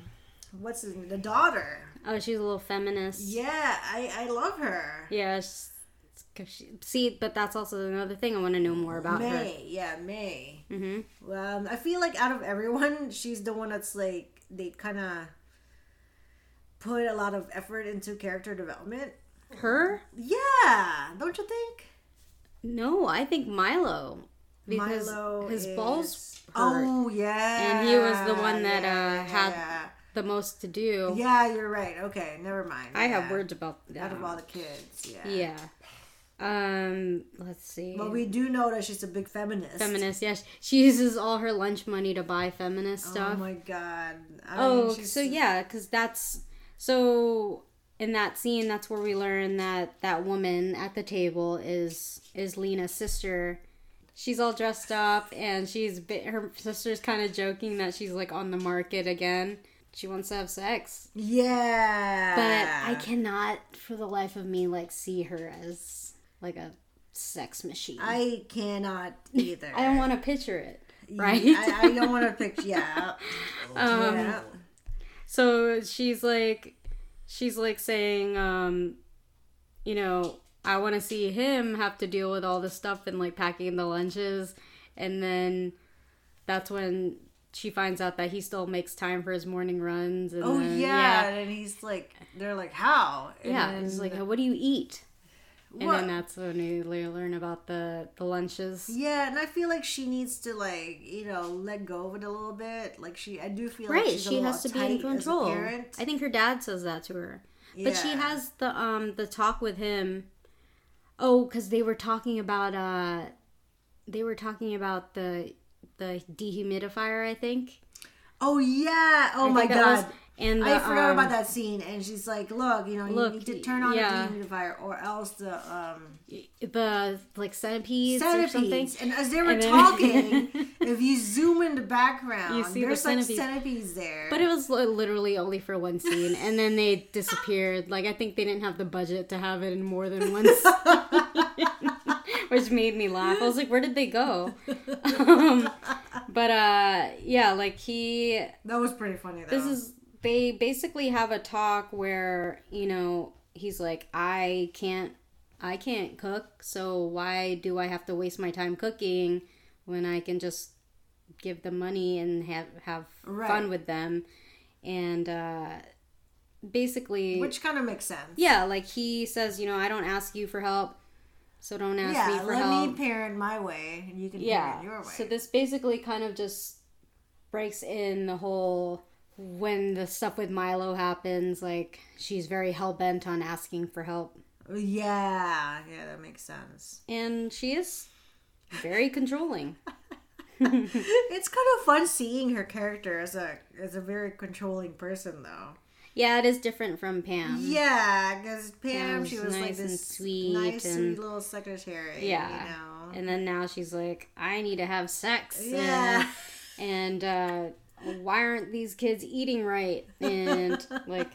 [SPEAKER 2] what's his, the daughter?
[SPEAKER 1] Oh, she's a little feminist. Yeah.
[SPEAKER 2] Yeah, I I love her.
[SPEAKER 1] it's- it's 'cause she, see, but that's also another thing I want to know more about her.
[SPEAKER 2] May, yeah, May.
[SPEAKER 1] Mhm.
[SPEAKER 2] Um, I feel like out of everyone, she's the one that's like they kind of put a lot of effort into character development.
[SPEAKER 1] Her?
[SPEAKER 2] Yeah, don't you think?
[SPEAKER 1] No, I think Milo. Because
[SPEAKER 2] Milo
[SPEAKER 1] his
[SPEAKER 2] is-
[SPEAKER 1] balls hurt
[SPEAKER 2] Oh yeah,
[SPEAKER 1] And he was the one that, uh, had-
[SPEAKER 2] Yeah.
[SPEAKER 1] the most to do.
[SPEAKER 2] Yeah, you're right. Okay, never mind.
[SPEAKER 1] I have
[SPEAKER 2] Yeah.
[SPEAKER 1] words about that.
[SPEAKER 2] out of all the kids. Yeah.
[SPEAKER 1] yeah. Um, let's see.
[SPEAKER 2] But we do know that she's a big feminist.
[SPEAKER 1] feminist, yes. She uses all her lunch money to buy feminist
[SPEAKER 2] Oh
[SPEAKER 1] stuff.
[SPEAKER 2] my god. I
[SPEAKER 1] Oh,
[SPEAKER 2] mean, she's-
[SPEAKER 1] so yeah, because that's so in that scene, that's where we learn that that woman at the table is is Lena's sister. She's all dressed up, and she's bi- her sister's kind of joking that she's like on the market again. She wants to have sex,
[SPEAKER 2] Yeah.
[SPEAKER 1] but I cannot for the life of me like see her as like a sex machine. I,
[SPEAKER 2] I cannot either.
[SPEAKER 1] don't want to picture it.
[SPEAKER 2] Yeah,
[SPEAKER 1] Right? Um,
[SPEAKER 2] I, I don't want to picture. Yeah. yeah.
[SPEAKER 1] so she's like she's like saying um you know i want to see him have to deal with all this stuff and like packing the lunches and then that's when she finds out that he still makes time for his morning runs and
[SPEAKER 2] Oh yeah.
[SPEAKER 1] then-
[SPEAKER 2] and he's like, they're like, how? And
[SPEAKER 1] yeah,
[SPEAKER 2] then-
[SPEAKER 1] it's like what do you eat and
[SPEAKER 2] Well-
[SPEAKER 1] then uh, that's when you le- learn about the the lunches
[SPEAKER 2] yeah, and I feel like she needs to like, you know, let go of it a little bit. Like she, I do feel like
[SPEAKER 1] right
[SPEAKER 2] she's a
[SPEAKER 1] she
[SPEAKER 2] little
[SPEAKER 1] has to be
[SPEAKER 2] uptight
[SPEAKER 1] in
[SPEAKER 2] as a
[SPEAKER 1] control i
[SPEAKER 2] parent.
[SPEAKER 1] think her dad says that to her but she
[SPEAKER 2] Yeah.
[SPEAKER 1] has the um the talk with him oh because they were talking about uh they were talking about the the dehumidifier i think
[SPEAKER 2] Oh yeah.
[SPEAKER 1] I
[SPEAKER 2] Oh my
[SPEAKER 1] think that
[SPEAKER 2] god.
[SPEAKER 1] was- and
[SPEAKER 2] I
[SPEAKER 1] the,
[SPEAKER 2] forgot
[SPEAKER 1] um,
[SPEAKER 2] about that scene, and she's like, "Look, you know,
[SPEAKER 1] Look,
[SPEAKER 2] you need to turn on
[SPEAKER 1] yeah.
[SPEAKER 2] the dehumidifier, or else the um,
[SPEAKER 1] the like centipedes, or something
[SPEAKER 2] centipedes." And as they were
[SPEAKER 1] And then-
[SPEAKER 2] talking, if you zoom in the background,
[SPEAKER 1] You see the
[SPEAKER 2] there's like
[SPEAKER 1] centipede.
[SPEAKER 2] centipedes there.
[SPEAKER 1] but it was li- literally only for one scene and then they disappeared like i think they didn't have the budget to have it in more than one scene which made me laugh i was like where did they go um, but uh yeah like he
[SPEAKER 2] that was pretty funny. Though.
[SPEAKER 1] this is they basically have a talk where you know he's like i can't i can't cook so why do i have to waste my time cooking when i can just give them money and have have
[SPEAKER 2] Right.
[SPEAKER 1] fun with them and uh basically
[SPEAKER 2] which kind of makes sense.
[SPEAKER 1] yeah like he says you know i don't ask you for help so don't ask
[SPEAKER 2] Yeah,
[SPEAKER 1] me for
[SPEAKER 2] let
[SPEAKER 1] help
[SPEAKER 2] me parent my way, and you can
[SPEAKER 1] yeah
[SPEAKER 2] parent your way.
[SPEAKER 1] so this basically kind of just breaks in the whole when the stuff with milo happens like she's very hell-bent on asking for help
[SPEAKER 2] yeah, yeah, that makes sense.
[SPEAKER 1] and she is very controlling
[SPEAKER 2] it's kind of fun seeing her character as a as a very controlling person, though.
[SPEAKER 1] yeah it is different from pam
[SPEAKER 2] Yeah, because Pam,
[SPEAKER 1] was
[SPEAKER 2] she was like
[SPEAKER 1] nice and
[SPEAKER 2] this
[SPEAKER 1] sweet
[SPEAKER 2] nice,
[SPEAKER 1] and-
[SPEAKER 2] sweet little secretary.
[SPEAKER 1] Yeah.
[SPEAKER 2] you know.
[SPEAKER 1] and then now she's like i need to have sex
[SPEAKER 2] yeah,
[SPEAKER 1] and, and uh why aren't these kids eating right and like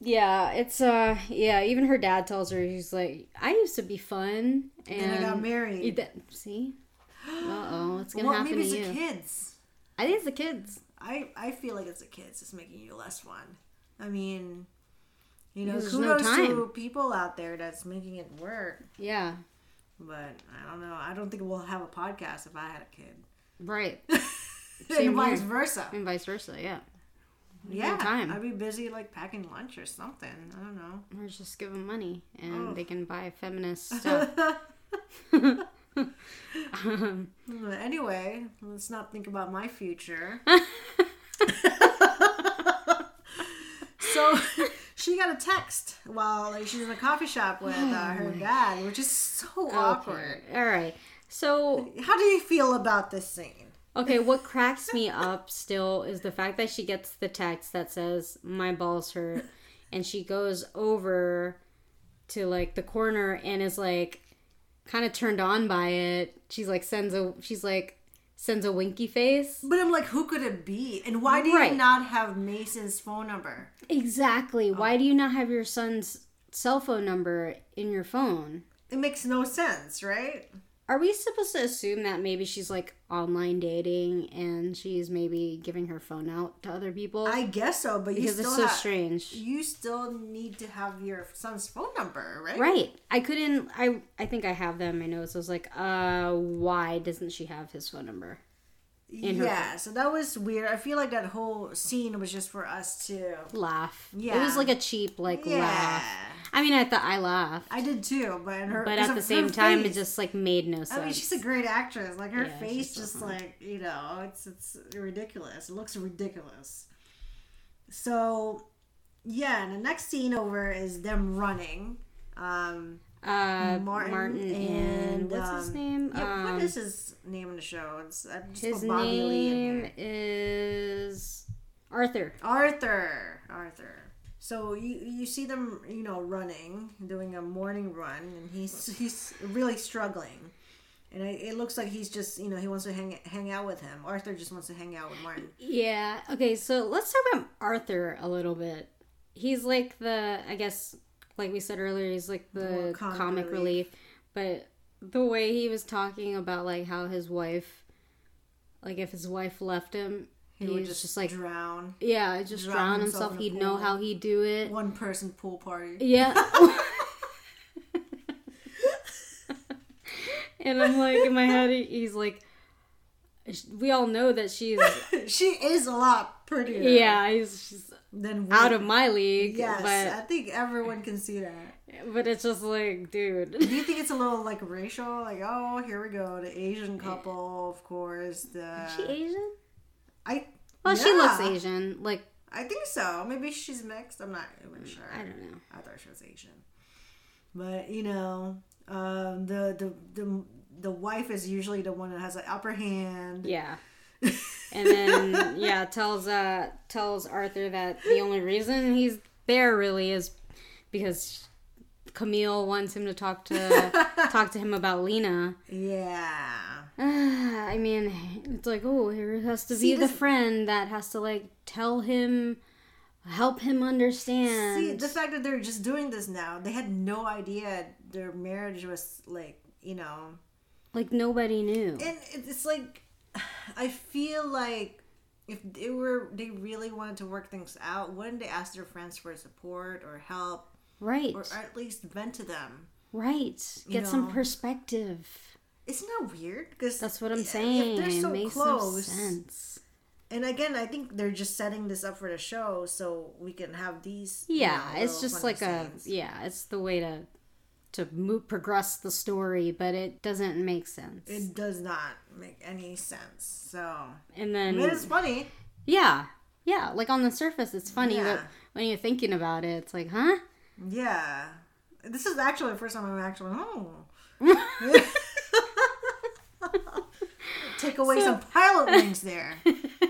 [SPEAKER 1] yeah it's uh yeah even her dad tells her he's like i used to be fun and,
[SPEAKER 2] and I got
[SPEAKER 1] You
[SPEAKER 2] married.
[SPEAKER 1] bet- see? Uh oh, what's gonna
[SPEAKER 2] well,
[SPEAKER 1] happen
[SPEAKER 2] maybe
[SPEAKER 1] to
[SPEAKER 2] it's
[SPEAKER 1] you?
[SPEAKER 2] the kids.
[SPEAKER 1] I think it's the kids.
[SPEAKER 2] I I feel like it's the kids that's making you less fun. I mean, you know,
[SPEAKER 1] There's
[SPEAKER 2] kudos
[SPEAKER 1] no
[SPEAKER 2] to
[SPEAKER 1] time.
[SPEAKER 2] people out there that's making it work.
[SPEAKER 1] Yeah,
[SPEAKER 2] But I don't know. I don't think we'll have a podcast if I had a kid.
[SPEAKER 1] right. Same
[SPEAKER 2] and vice
[SPEAKER 1] here. Mm-hmm.
[SPEAKER 2] versa.
[SPEAKER 1] And vice versa. Yeah,
[SPEAKER 2] Yeah,
[SPEAKER 1] time.
[SPEAKER 2] I'd be busy like packing lunch or something. I don't know.
[SPEAKER 1] or just give them money and
[SPEAKER 2] Oh.
[SPEAKER 1] they can buy feminist stuff. um,
[SPEAKER 2] Anyway, let's not think about my future. got a text while like, she was in a coffee shop with uh,
[SPEAKER 1] Oh
[SPEAKER 2] her dad, which is so awkward.
[SPEAKER 1] All right. So,
[SPEAKER 2] How do you feel about this scene?
[SPEAKER 1] okay, what cracks me up still is the fact that she gets the text that says, My balls hurt. And she goes over to like the corner and is like kind of turned on by it. She's like, sends a, she's like, sends a winky face.
[SPEAKER 2] But I'm like, who could it be? And why do
[SPEAKER 1] Right.
[SPEAKER 2] you not have Mason's phone number? Oh.
[SPEAKER 1] Exactly. Why do you not have your son's cell phone number in your phone?
[SPEAKER 2] It makes no sense, right?
[SPEAKER 1] Are we supposed to assume that maybe she's like online dating and she's maybe giving her phone out to other people?
[SPEAKER 2] I guess so, but you
[SPEAKER 1] because
[SPEAKER 2] still
[SPEAKER 1] it's so
[SPEAKER 2] have,
[SPEAKER 1] strange.
[SPEAKER 2] you still need to have your son's phone number, right?
[SPEAKER 1] Right. I couldn't I I think I have them in my notes. I was like, uh why doesn't she have his phone number? her
[SPEAKER 2] yeah, so that was weird. I feel like that whole scene was just for us to.
[SPEAKER 1] Laugh. It
[SPEAKER 2] Yeah.
[SPEAKER 1] was like a cheap like
[SPEAKER 2] Yeah.
[SPEAKER 1] laugh. I mean I thought I laughed.
[SPEAKER 2] I did too, but in her.
[SPEAKER 1] but
[SPEAKER 2] 'cause
[SPEAKER 1] at
[SPEAKER 2] of
[SPEAKER 1] the
[SPEAKER 2] her
[SPEAKER 1] same time it
[SPEAKER 2] face.
[SPEAKER 1] just like made no sense.
[SPEAKER 2] I mean, she's a great actress. Like her
[SPEAKER 1] Yeah,
[SPEAKER 2] face,
[SPEAKER 1] she's so
[SPEAKER 2] just
[SPEAKER 1] fun.
[SPEAKER 2] like you know, it's it's ridiculous. It looks ridiculous. So, yeah, and the next scene over is them running. Um,
[SPEAKER 1] uh Martin,
[SPEAKER 2] Martin
[SPEAKER 1] and,
[SPEAKER 2] and,
[SPEAKER 1] what's his
[SPEAKER 2] um,
[SPEAKER 1] name?
[SPEAKER 2] yeah,
[SPEAKER 1] Um,
[SPEAKER 2] what is his name in the show? It's I just
[SPEAKER 1] His
[SPEAKER 2] put Bobby Lee in
[SPEAKER 1] name
[SPEAKER 2] here.
[SPEAKER 1] is Arthur.
[SPEAKER 2] Arthur. Arthur. So you you see them you know running, doing a morning run, and he's he's really struggling. And it it looks like he's just, you know, he wants to hang hang out with him. Arthur just wants to hang out with Martin.
[SPEAKER 1] Yeah. Okay, so let's talk about Arthur a little bit. He's like the I guess like we said earlier, he's like the
[SPEAKER 2] More
[SPEAKER 1] comic,
[SPEAKER 2] comic
[SPEAKER 1] relief. but the way he was talking about like how his wife like if his wife left him, he,
[SPEAKER 2] He would
[SPEAKER 1] was just, like
[SPEAKER 2] drown.
[SPEAKER 1] yeah, just drown,
[SPEAKER 2] drown himself
[SPEAKER 1] himself.
[SPEAKER 2] in the
[SPEAKER 1] He'd know
[SPEAKER 2] pool.
[SPEAKER 1] how he'd do it.
[SPEAKER 2] One person pool party.
[SPEAKER 1] uh, Yeah. and I'm like, in my head, he- he's like, we all know that she's,
[SPEAKER 2] she is a lot prettier.
[SPEAKER 1] yeah, he's, she's
[SPEAKER 2] Than we-
[SPEAKER 1] out of my league.
[SPEAKER 2] Yes, uh, I think everyone can see that.
[SPEAKER 1] But, but it's just like,
[SPEAKER 2] Do
[SPEAKER 1] dude.
[SPEAKER 2] you think it's a little like racial? Like, oh, here we go, the Asian couple, of course. The
[SPEAKER 1] she Asian?
[SPEAKER 2] I
[SPEAKER 1] Well, she looks
[SPEAKER 2] Yeah.
[SPEAKER 1] Asian. Like,
[SPEAKER 2] I think so. Maybe she's mixed. I'm not even sure.
[SPEAKER 1] Mm, I don't know.
[SPEAKER 2] I thought she was Asian, but you know, um, the the the the wife is usually the one that has the upper hand.
[SPEAKER 1] Yeah. And then, yeah, tells, uh, tells Arthur that the only reason he's there really is because Camille wants him to talk to, talk to him about Lena.
[SPEAKER 2] yeah.
[SPEAKER 1] Ah, I mean, it's like, oh, here has to
[SPEAKER 2] See,
[SPEAKER 1] be the
[SPEAKER 2] this-
[SPEAKER 1] friend that has to like tell him, help him understand.
[SPEAKER 2] See, the fact that they're just doing this now, they had no idea their marriage was like, you know.
[SPEAKER 1] like nobody knew.
[SPEAKER 2] And it- it's like, I feel like if they were, they really wanted to work things out, wouldn't they ask their friends for support or help
[SPEAKER 1] right,
[SPEAKER 2] or at least vent to them?
[SPEAKER 1] right. Get some
[SPEAKER 2] know.
[SPEAKER 1] perspective.
[SPEAKER 2] Isn't that weird? Because
[SPEAKER 1] That's what I'm saying.
[SPEAKER 2] If they're
[SPEAKER 1] it
[SPEAKER 2] so
[SPEAKER 1] makes no
[SPEAKER 2] close,
[SPEAKER 1] sense.
[SPEAKER 2] and again, I think they're just setting this up for the show so we can have these. you
[SPEAKER 1] Yeah,
[SPEAKER 2] know,
[SPEAKER 1] it's
[SPEAKER 2] little
[SPEAKER 1] just
[SPEAKER 2] funny
[SPEAKER 1] like a
[SPEAKER 2] scenes.
[SPEAKER 1] yeah, it's the way to to move progress the story, but it doesn't make sense.
[SPEAKER 2] It does not make any sense. So,
[SPEAKER 1] and then
[SPEAKER 2] but it's funny.
[SPEAKER 1] yeah, yeah, like on the surface, it's funny, but
[SPEAKER 2] Yeah.
[SPEAKER 1] when you're thinking about it, it's like, huh.
[SPEAKER 2] Yeah. This is actually the first time I'm actually oh. Take away some pilot wings there. Hmm.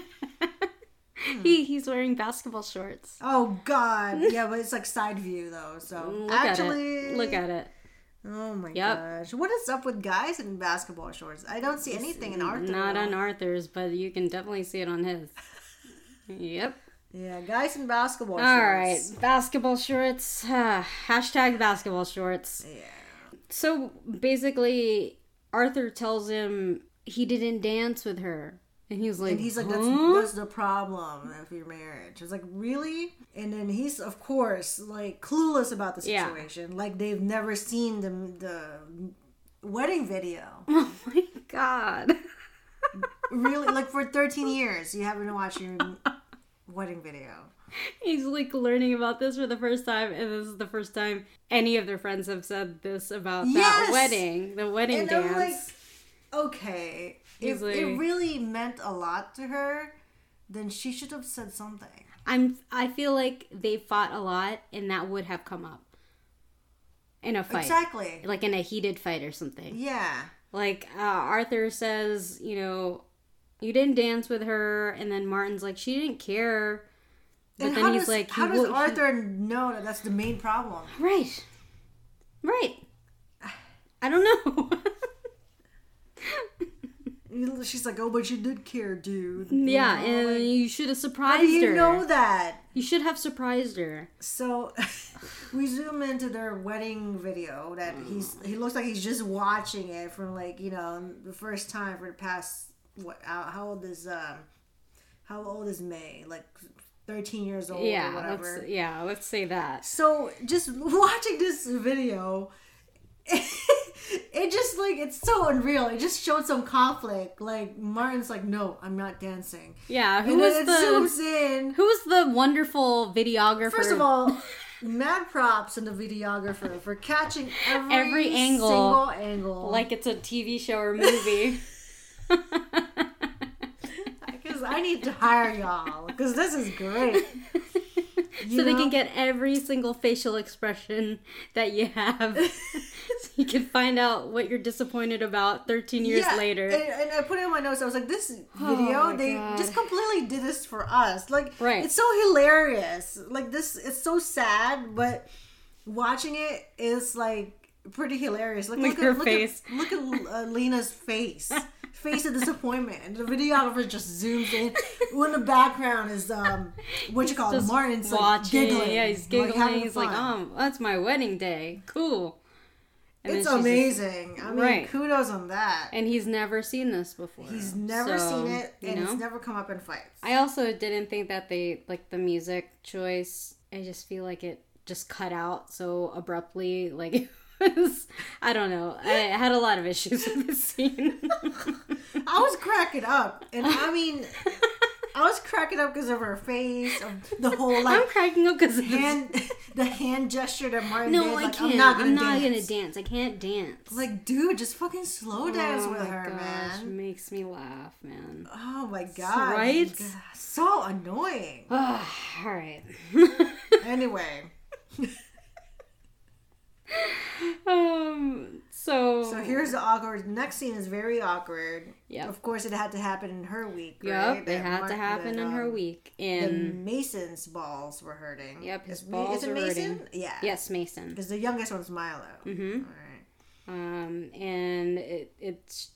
[SPEAKER 1] He he's wearing basketball shorts.
[SPEAKER 2] Oh god. Yeah, but it's like side view though. So
[SPEAKER 1] Look
[SPEAKER 2] actually
[SPEAKER 1] at it. Look at it.
[SPEAKER 2] Oh my
[SPEAKER 1] Yep.
[SPEAKER 2] gosh. What is up with guys in basketball shorts? I don't see anything in Arthur.
[SPEAKER 1] Not on Arthur's, but you can definitely see it on his. yep.
[SPEAKER 2] Yeah, guys in basketball
[SPEAKER 1] All right,
[SPEAKER 2] shorts.
[SPEAKER 1] basketball shorts. hashtag basketball shorts.
[SPEAKER 2] Yeah.
[SPEAKER 1] So basically, Arthur tells him he didn't dance with her, and he's like,
[SPEAKER 2] And he's like, that's,
[SPEAKER 1] "Huh?"
[SPEAKER 2] that's the problem of your marriage. It's like, really? And then he's, of course, like clueless about the
[SPEAKER 1] Yeah.
[SPEAKER 2] situation. Like they've never seen the, the wedding video.
[SPEAKER 1] oh my god."
[SPEAKER 2] really? Like for 13 years, you haven't watched your wedding video.
[SPEAKER 1] He's like learning about this for the first time, and this is the first time any of their friends have said this about that
[SPEAKER 2] Yes!
[SPEAKER 1] wedding, the wedding
[SPEAKER 2] And
[SPEAKER 1] dance.
[SPEAKER 2] I'm like, okay.
[SPEAKER 1] He's
[SPEAKER 2] If it
[SPEAKER 1] like-
[SPEAKER 2] really meant a lot to her, then she should have said something.
[SPEAKER 1] I'm I feel like they fought a lot and that would have come up in a fight.
[SPEAKER 2] Exactly.
[SPEAKER 1] Like in a heated fight or something.
[SPEAKER 2] Yeah.
[SPEAKER 1] Like uh, Arthur says, you know, you didn't dance with her and then Martin's like she didn't care. But
[SPEAKER 2] and
[SPEAKER 1] then
[SPEAKER 2] how
[SPEAKER 1] he's
[SPEAKER 2] does,
[SPEAKER 1] like
[SPEAKER 2] how
[SPEAKER 1] he wo-
[SPEAKER 2] does
[SPEAKER 1] he-
[SPEAKER 2] Arthur know that that's the main problem?
[SPEAKER 1] Right. Right. I don't know.
[SPEAKER 2] She's like, oh, but you did care, dude.
[SPEAKER 1] yeah, and you should have surprised
[SPEAKER 2] How do you
[SPEAKER 1] her.
[SPEAKER 2] know that?
[SPEAKER 1] You should have surprised her.
[SPEAKER 2] So we zoom into their wedding video that he's he looks like he's just watching it from like you know the first time for the past what how, how old is um how old is May like thirteen years old or
[SPEAKER 1] yeah,
[SPEAKER 2] whatever.
[SPEAKER 1] let's yeah, let's say that.
[SPEAKER 2] So just watching this video, it just like it's so unreal. It just showed some conflict. Like Martin's like, no, I'm not dancing.
[SPEAKER 1] Yeah, who
[SPEAKER 2] And
[SPEAKER 1] was
[SPEAKER 2] then it
[SPEAKER 1] the
[SPEAKER 2] zooms in.
[SPEAKER 1] who was the wonderful videographer?
[SPEAKER 2] First of all, mad props to the videographer for catching every,
[SPEAKER 1] Every angle.
[SPEAKER 2] single angle.
[SPEAKER 1] like it's a TV show or movie.
[SPEAKER 2] because I need to hire y'all because this is great.
[SPEAKER 1] so they can get every single facial expression that you have. so you can find out what you're disappointed about 13 years
[SPEAKER 2] Yeah,
[SPEAKER 1] later.
[SPEAKER 2] And, and I put it in my notes. I was like, this
[SPEAKER 1] Oh
[SPEAKER 2] video,
[SPEAKER 1] my
[SPEAKER 2] they
[SPEAKER 1] God.
[SPEAKER 2] just completely did this for us. Like,
[SPEAKER 1] Right.
[SPEAKER 2] it's so hilarious. Like, this, it's so sad, but watching it is like pretty hilarious. Like,
[SPEAKER 1] Look
[SPEAKER 2] look,
[SPEAKER 1] her
[SPEAKER 2] at look
[SPEAKER 1] face.
[SPEAKER 2] At, look at uh, Lena's face. Face of disappointment. And the videographer just zooms in. In the background is um, what you call it?
[SPEAKER 1] Just
[SPEAKER 2] Martin's like
[SPEAKER 1] watching.
[SPEAKER 2] giggling.
[SPEAKER 1] Yeah, he's
[SPEAKER 2] like,
[SPEAKER 1] giggling.
[SPEAKER 2] having
[SPEAKER 1] he's like,
[SPEAKER 2] fun.
[SPEAKER 1] oh, that's my wedding day. Cool. And
[SPEAKER 2] it's
[SPEAKER 1] then she's just-
[SPEAKER 2] amazing. I mean,
[SPEAKER 1] Right.
[SPEAKER 2] kudos on that.
[SPEAKER 1] and he's never seen this before.
[SPEAKER 2] He's never
[SPEAKER 1] So,
[SPEAKER 2] seen it,
[SPEAKER 1] you
[SPEAKER 2] and
[SPEAKER 1] know?
[SPEAKER 2] it's never come up in fights.
[SPEAKER 1] I also didn't think that they like the music choice. I just feel like it just cut out so abruptly. Like it was, I don't know. I had a lot of issues with this scene.
[SPEAKER 2] I was cracking up, and I mean, I was cracking up because of her face, of the whole
[SPEAKER 1] I'm
[SPEAKER 2] like
[SPEAKER 1] cracking up because no,
[SPEAKER 2] hand, the hand gesture that Martin did.
[SPEAKER 1] I
[SPEAKER 2] Like,
[SPEAKER 1] can't.
[SPEAKER 2] I'm not gonna
[SPEAKER 1] I'm not
[SPEAKER 2] dance.
[SPEAKER 1] gonna dance. I can't dance.
[SPEAKER 2] Like, dude, just fucking slow dance
[SPEAKER 1] oh
[SPEAKER 2] with
[SPEAKER 1] my
[SPEAKER 2] her,
[SPEAKER 1] gosh,
[SPEAKER 2] man.
[SPEAKER 1] makes me laugh, man.
[SPEAKER 2] Oh my god,
[SPEAKER 1] Right? Oh.
[SPEAKER 2] So annoying.
[SPEAKER 1] Ugh, all right.
[SPEAKER 2] anyway,
[SPEAKER 1] um. So.
[SPEAKER 2] so here's the awkward. Next scene is very awkward.
[SPEAKER 1] Yep.
[SPEAKER 2] Of course, it had to happen in her week.
[SPEAKER 1] Yep,
[SPEAKER 2] right?
[SPEAKER 1] they
[SPEAKER 2] That
[SPEAKER 1] had to
[SPEAKER 2] Martin-
[SPEAKER 1] happen
[SPEAKER 2] that,
[SPEAKER 1] in her
[SPEAKER 2] um,
[SPEAKER 1] week.
[SPEAKER 2] The
[SPEAKER 1] In
[SPEAKER 2] Mason's balls were hurting.
[SPEAKER 1] Yep, his
[SPEAKER 2] Is-
[SPEAKER 1] balls
[SPEAKER 2] is it
[SPEAKER 1] are
[SPEAKER 2] Mason?
[SPEAKER 1] hurting.
[SPEAKER 2] Yeah.
[SPEAKER 1] yes, Mason.
[SPEAKER 2] Because the youngest one's Milo.
[SPEAKER 1] Mhm.
[SPEAKER 2] All right.
[SPEAKER 1] um, and it, it's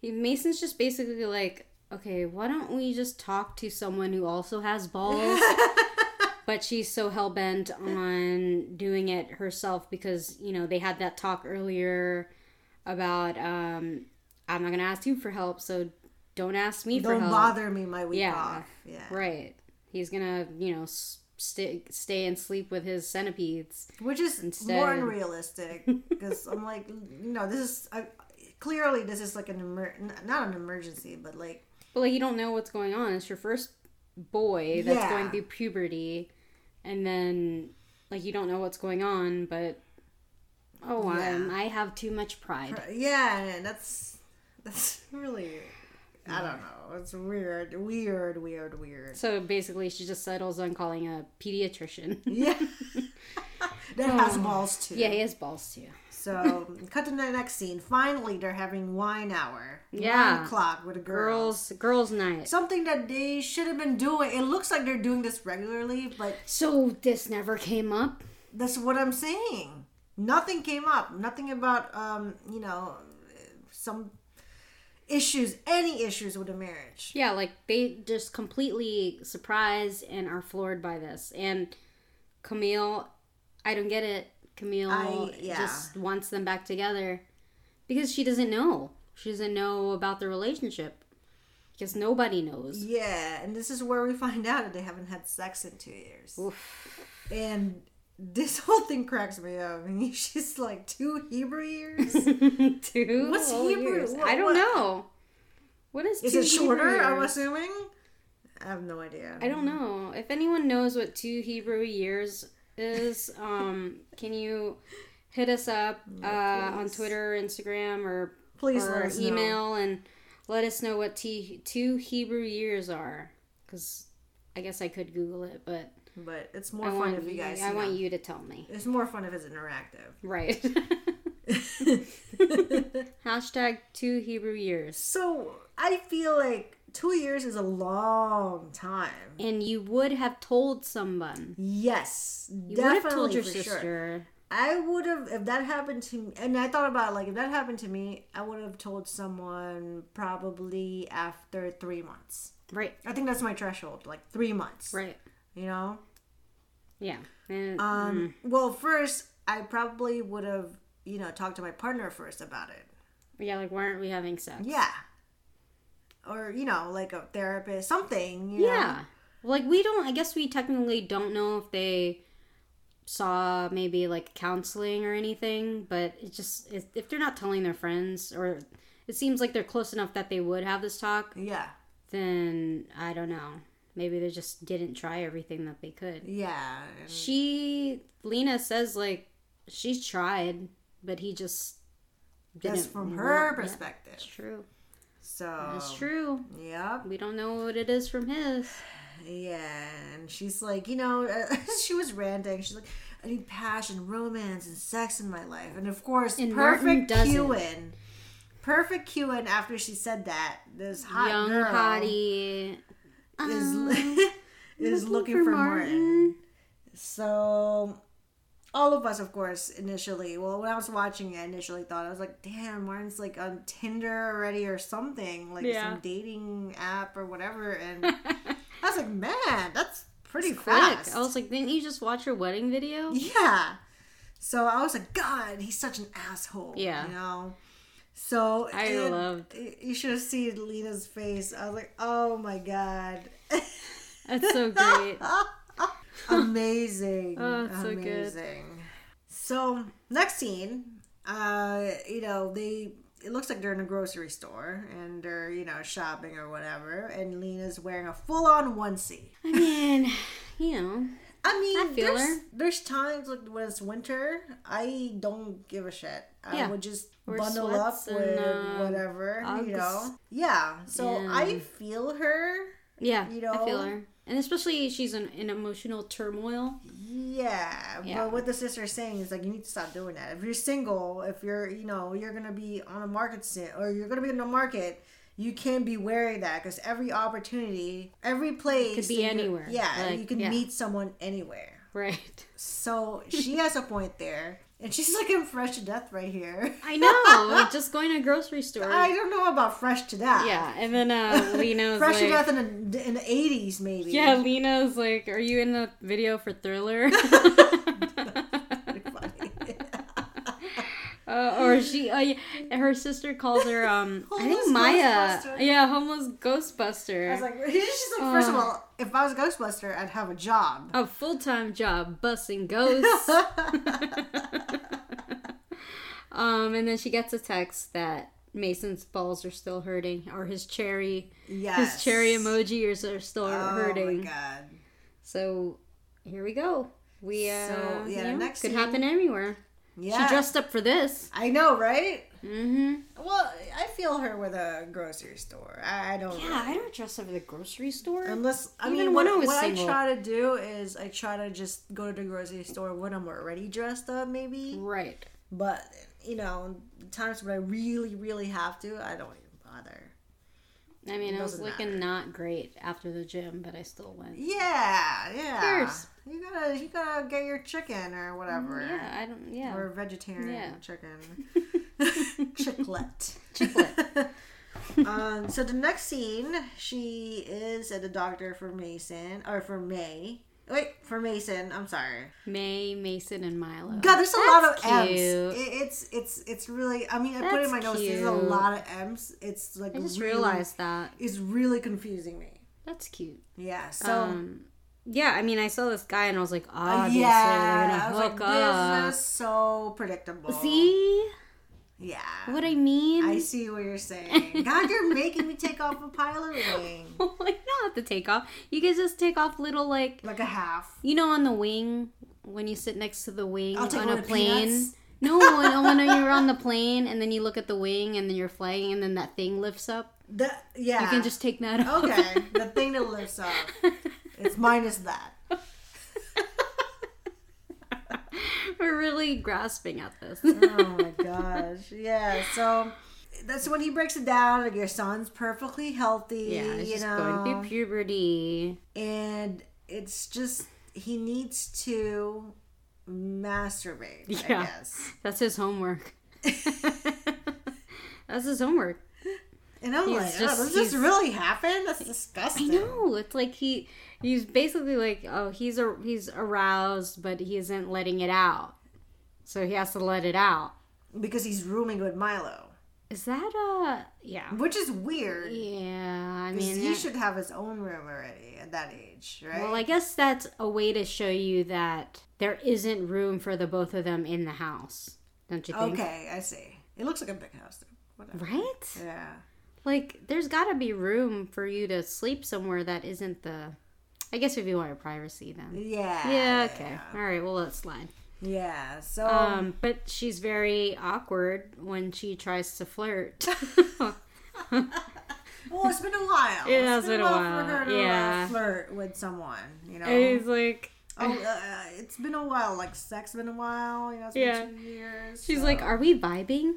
[SPEAKER 1] he, Mason's just basically like, okay, why don't we just talk to someone who also has balls? but she's so hell bent on doing it herself because you know they had that talk earlier about um, I'm not gonna ask you for help, so don't ask me for
[SPEAKER 2] Don't
[SPEAKER 1] help.
[SPEAKER 2] bother me my week
[SPEAKER 1] Yeah.
[SPEAKER 2] off. Yeah.
[SPEAKER 1] Right? He's gonna you know s- stay stay and sleep with his centipedes.
[SPEAKER 2] Which is more
[SPEAKER 1] Instead-
[SPEAKER 2] unrealistic. Because I'm like, you know, this is I, clearly this is like an emer- n- not an emergency, but like
[SPEAKER 1] But like you don't know what's going on. It's your first boy that's
[SPEAKER 2] Yeah.
[SPEAKER 1] going through puberty, and then like you don't know what's going on. But oh,
[SPEAKER 2] Yeah.
[SPEAKER 1] um, I have too much pride.
[SPEAKER 2] yeah, and that's that's really I don't know. It's weird, weird, weird, weird.
[SPEAKER 1] So basically, she just settles on calling a pediatrician.
[SPEAKER 2] Yeah. that has balls too.
[SPEAKER 1] Um, yeah, he has balls too.
[SPEAKER 2] So cut to the next scene. Finally, they're having wine hour.
[SPEAKER 1] Yeah.
[SPEAKER 2] Wine o'clock with the girls.
[SPEAKER 1] Girls, girls' night.
[SPEAKER 2] Something that they should have been doing. It looks like they're doing this regularly, but
[SPEAKER 1] So this never came up.
[SPEAKER 2] that's what I'm saying. Nothing came up. Nothing about um, you know, some issues, any issues with the marriage.
[SPEAKER 1] Yeah, like they just completely surprised and are floored by this. And Camille, I don't get it. Camille
[SPEAKER 2] I- yeah.
[SPEAKER 1] just wants them back together because she doesn't know. She doesn't know about the relationship because nobody knows.
[SPEAKER 2] Yeah, and this is where we find out that they haven't had sex in two years. And this whole thing cracks me up. I mean, she's like two Hebrew years.
[SPEAKER 1] two
[SPEAKER 2] What's
[SPEAKER 1] whole
[SPEAKER 2] Hebrew?
[SPEAKER 1] years.
[SPEAKER 2] What-
[SPEAKER 1] I don't
[SPEAKER 2] what-
[SPEAKER 1] know. What is
[SPEAKER 2] Is
[SPEAKER 1] two
[SPEAKER 2] it shorter?
[SPEAKER 1] Hebrew
[SPEAKER 2] I'm
[SPEAKER 1] years?
[SPEAKER 2] assuming. I have no idea.
[SPEAKER 1] I don't know. If anyone knows what two Hebrew years is, um, can you hit us up uh, on Twitter, Instagram, or
[SPEAKER 2] Please
[SPEAKER 1] or
[SPEAKER 2] let us know.
[SPEAKER 1] email and let us know what t- two Hebrew years are? Because I guess I could Google it, but
[SPEAKER 2] But it's more
[SPEAKER 1] I
[SPEAKER 2] fun
[SPEAKER 1] want
[SPEAKER 2] if you guys.
[SPEAKER 1] I
[SPEAKER 2] you
[SPEAKER 1] want
[SPEAKER 2] know,
[SPEAKER 1] you to tell me.
[SPEAKER 2] It's more fun if it's interactive.
[SPEAKER 1] Right. Hashtag two Hebrew years.
[SPEAKER 2] So I feel like two years is a long time.
[SPEAKER 1] And you would have told someone.
[SPEAKER 2] Yes,
[SPEAKER 1] You
[SPEAKER 2] definitely
[SPEAKER 1] would have told your
[SPEAKER 2] for
[SPEAKER 1] sister.
[SPEAKER 2] Sure. I would have if that happened to me, and I thought about it, like if that happened to me, I would have told someone probably after three months.
[SPEAKER 1] Right.
[SPEAKER 2] I think that's my threshold, like three months.
[SPEAKER 1] Right.
[SPEAKER 2] You know.
[SPEAKER 1] Yeah. And-
[SPEAKER 2] Um.
[SPEAKER 1] Mm.
[SPEAKER 2] Well, first I probably would have you know talked to my partner first about it.
[SPEAKER 1] yeah, like why aren't we having sex?
[SPEAKER 2] Yeah. Or you know, like a therapist, something. You
[SPEAKER 1] Yeah. Like we don't I guess we technically don't know if they saw maybe like counseling or anything, but it just if if they're not telling their friends or it seems like they're close enough that they would have this talk,
[SPEAKER 2] Know? Yeah.
[SPEAKER 1] then I don't know. Maybe they just didn't try everything that they could.
[SPEAKER 2] Yeah. and-
[SPEAKER 1] She Lena says like she tried, but he just didn't.
[SPEAKER 2] That's from her
[SPEAKER 1] want- yeah,
[SPEAKER 2] perspective. Um,
[SPEAKER 1] It's true.
[SPEAKER 2] So
[SPEAKER 1] That's true.
[SPEAKER 2] Yep.
[SPEAKER 1] We don't know what it is from his.
[SPEAKER 2] Yeah, and she's like, you know, uh, she was ranting. She's like, I need passion, romance, and sex in my life. And of course,
[SPEAKER 1] And Martin
[SPEAKER 2] perfect
[SPEAKER 1] doesn't.
[SPEAKER 2] Qin. Perfect Qin. After she said that, this hot
[SPEAKER 1] Young
[SPEAKER 2] girl
[SPEAKER 1] hottie.
[SPEAKER 2] is is Um, looking, for, Martin. So, all of us, of course, initially. Well, when I was watching it, I initially thought I was like, damn, Martin's like on Tinder already or something, like
[SPEAKER 1] Yeah.
[SPEAKER 2] some dating app or whatever. And I was like, man, that's pretty fast.
[SPEAKER 1] Quick. I was like, didn't you just watch your wedding video?
[SPEAKER 2] Yeah. So I was like, God, he's such an asshole.
[SPEAKER 1] Yeah.
[SPEAKER 2] You know? So
[SPEAKER 1] I
[SPEAKER 2] it-
[SPEAKER 1] loved-
[SPEAKER 2] it- you should have seen Lena's face. I was like, oh my God.
[SPEAKER 1] That's so great.
[SPEAKER 2] Amazing.
[SPEAKER 1] Oh, it's so good.
[SPEAKER 2] Amazing. So next scene, uh, you know, they it looks like they're in a grocery store and they're, you know, shopping or whatever, and Lena's wearing a full on onesie.
[SPEAKER 1] I mean, you know,
[SPEAKER 2] I mean,
[SPEAKER 1] I feel
[SPEAKER 2] there's,
[SPEAKER 1] her.
[SPEAKER 2] there's times like when it's winter, I don't give a shit. I
[SPEAKER 1] Yeah.
[SPEAKER 2] would just
[SPEAKER 1] Wear
[SPEAKER 2] bundle up
[SPEAKER 1] sweats
[SPEAKER 2] with
[SPEAKER 1] and, um,
[SPEAKER 2] whatever,
[SPEAKER 1] Uggs.
[SPEAKER 2] you know. Yeah, so
[SPEAKER 1] Yeah.
[SPEAKER 2] I feel her.
[SPEAKER 1] yeah,
[SPEAKER 2] You
[SPEAKER 1] I feel
[SPEAKER 2] know?
[SPEAKER 1] her, and especially she's in, in emotional turmoil.
[SPEAKER 2] Yeah,
[SPEAKER 1] Yeah.
[SPEAKER 2] but what the sister's saying is like you need to stop doing that. If you're single, if you're you know you're gonna be on a market sit or you're gonna be in the market, you can be wary of that because every opportunity, every place
[SPEAKER 1] could be
[SPEAKER 2] that you're-
[SPEAKER 1] anywhere.
[SPEAKER 2] Yeah,
[SPEAKER 1] Like,
[SPEAKER 2] you can
[SPEAKER 1] yeah.
[SPEAKER 2] meet someone anywhere.
[SPEAKER 1] Right.
[SPEAKER 2] So she has a point there. And she's looking fresh to death right here.
[SPEAKER 1] I know. like, just going to a grocery store.
[SPEAKER 2] I don't know about fresh to death.
[SPEAKER 1] yeah, and then uh, Lena's
[SPEAKER 2] Fresh to
[SPEAKER 1] like,
[SPEAKER 2] death in the, in the 80s, maybe.
[SPEAKER 1] yeah, Lena's like, are you in the video for Thriller?
[SPEAKER 2] Funny.
[SPEAKER 1] Uh, or she, uh, yeah, her sister calls her, um, I
[SPEAKER 2] Homeless
[SPEAKER 1] think Maya.
[SPEAKER 2] Ghostbuster.
[SPEAKER 1] Yeah, homeless
[SPEAKER 2] I
[SPEAKER 1] Ghostbuster.
[SPEAKER 2] was like, she's just like,
[SPEAKER 1] Oh.
[SPEAKER 2] first of all, if I was a Ghostbuster, I'd have a job.
[SPEAKER 1] a full time job busting ghosts. um, and then she gets a text that Mason's balls are still hurting, or his cherry,
[SPEAKER 2] Yes.
[SPEAKER 1] his cherry emoji ears are still
[SPEAKER 2] Oh
[SPEAKER 1] hurting.
[SPEAKER 2] my god.
[SPEAKER 1] So here we go. We uh,
[SPEAKER 2] So, yeah,
[SPEAKER 1] you know,
[SPEAKER 2] next
[SPEAKER 1] could
[SPEAKER 2] scene-
[SPEAKER 1] happen anywhere.
[SPEAKER 2] Yeah.
[SPEAKER 1] She dressed up for this.
[SPEAKER 2] I know, right?
[SPEAKER 1] Mm-hmm.
[SPEAKER 2] Well, I feel her with a grocery store. I, I don't
[SPEAKER 1] Yeah, I don't dress up for the grocery store.
[SPEAKER 2] Unless I
[SPEAKER 1] Even
[SPEAKER 2] mean,
[SPEAKER 1] when
[SPEAKER 2] what,
[SPEAKER 1] I was
[SPEAKER 2] what I
[SPEAKER 1] single.
[SPEAKER 2] try to do is I try to just go to the grocery store when I'm already dressed up, maybe.
[SPEAKER 1] Right.
[SPEAKER 2] But you know, times when I really, really have to, I don't even bother.
[SPEAKER 1] I mean, I was
[SPEAKER 2] Doesn't
[SPEAKER 1] looking not great after the gym, but I still went.
[SPEAKER 2] Yeah, yeah.
[SPEAKER 1] course.
[SPEAKER 2] You gotta, you gotta get your chicken or whatever,
[SPEAKER 1] Yeah, I don't. Yeah.
[SPEAKER 2] or vegetarian
[SPEAKER 1] Yeah.
[SPEAKER 2] chicken, chiclet.
[SPEAKER 1] Chiclet.
[SPEAKER 2] um, so the next scene, she is at the doctor for Mason or for May. Wait, for Mason. I'm sorry.
[SPEAKER 1] May, Mason, and Milo.
[SPEAKER 2] God, there's a lot of
[SPEAKER 1] That's
[SPEAKER 2] M's.
[SPEAKER 1] cute.
[SPEAKER 2] It, it's it's it's really. I mean, I put it in my
[SPEAKER 1] That's
[SPEAKER 2] notes. There's a
[SPEAKER 1] cute.
[SPEAKER 2] lot of M's. It's like
[SPEAKER 1] I just
[SPEAKER 2] really-
[SPEAKER 1] realized that.
[SPEAKER 2] it's really confusing me.
[SPEAKER 1] That's cute.
[SPEAKER 2] Yeah. So uh,
[SPEAKER 1] um, yeah, I mean, I saw this guy and I was like, Oh, obviously they're
[SPEAKER 2] yeah, I was
[SPEAKER 1] gonna
[SPEAKER 2] like,
[SPEAKER 1] hook up.
[SPEAKER 2] this is so predictable.
[SPEAKER 1] See
[SPEAKER 2] Yeah.
[SPEAKER 1] what I mean?
[SPEAKER 2] I see what you're saying. God, you're making me take off a pilot wing
[SPEAKER 1] like, you don't have to take off. You can just take off little like
[SPEAKER 2] like a half.
[SPEAKER 1] you know on the wing when you sit next to the wing
[SPEAKER 2] I'll take
[SPEAKER 1] on
[SPEAKER 2] one
[SPEAKER 1] a
[SPEAKER 2] of the
[SPEAKER 1] plane.
[SPEAKER 2] peanuts.
[SPEAKER 1] No, when, when you're on the plane and then you look at the wing and then you're flying and then that thing lifts up.
[SPEAKER 2] The yeah.
[SPEAKER 1] You can just take that off.
[SPEAKER 2] okay. the thing that lifts up. It's minus that.
[SPEAKER 1] We're really grasping at this.
[SPEAKER 2] oh my gosh. Yeah. So that's when he breaks it down. Like your son's perfectly healthy.
[SPEAKER 1] yeah, it's
[SPEAKER 2] you
[SPEAKER 1] just
[SPEAKER 2] know,
[SPEAKER 1] going through puberty.
[SPEAKER 2] and it's just he needs to masturbate. I
[SPEAKER 1] Yeah.
[SPEAKER 2] guess.
[SPEAKER 1] That's his homework. That's his homework.
[SPEAKER 2] And I'm
[SPEAKER 1] He's
[SPEAKER 2] like,
[SPEAKER 1] just-
[SPEAKER 2] oh, does this
[SPEAKER 1] he's-
[SPEAKER 2] really happen? That's
[SPEAKER 1] I
[SPEAKER 2] disgusting.
[SPEAKER 1] know. It's like he he's basically like, oh, he's a, he's aroused, but he isn't letting it out. So he has to let it out.
[SPEAKER 2] Because he's rooming with Milo,
[SPEAKER 1] Is that uh yeah.
[SPEAKER 2] which is weird.
[SPEAKER 1] Yeah, I
[SPEAKER 2] 'cause
[SPEAKER 1] mean
[SPEAKER 2] he
[SPEAKER 1] I-
[SPEAKER 2] should have his own room already at that age, right?
[SPEAKER 1] Well, I guess that's a way to show you that there isn't room for the both of them in the house. Don't you think?
[SPEAKER 2] okay, I see. It looks like a big house. Though. Whatever.
[SPEAKER 1] Right?
[SPEAKER 2] Yeah.
[SPEAKER 1] Like there's got to be room for you to sleep somewhere that isn't the I guess if you want your privacy then.
[SPEAKER 2] Yeah.
[SPEAKER 1] Yeah, okay. All right, well, let's slide.
[SPEAKER 2] Yeah. So.
[SPEAKER 1] Um, but she's very awkward when she tries to flirt.
[SPEAKER 2] Oh. Well, it's been a while.
[SPEAKER 1] It has
[SPEAKER 2] it's
[SPEAKER 1] been
[SPEAKER 2] been,
[SPEAKER 1] a
[SPEAKER 2] a while,
[SPEAKER 1] while,
[SPEAKER 2] for her to
[SPEAKER 1] yeah.
[SPEAKER 2] uh, flirt with someone, you know.
[SPEAKER 1] And he's like
[SPEAKER 2] oh, uh, it's been a while. Like sex been a while. You know, it's been
[SPEAKER 1] Yeah.
[SPEAKER 2] two years.
[SPEAKER 1] she's
[SPEAKER 2] so-
[SPEAKER 1] like, "Are we vibing?"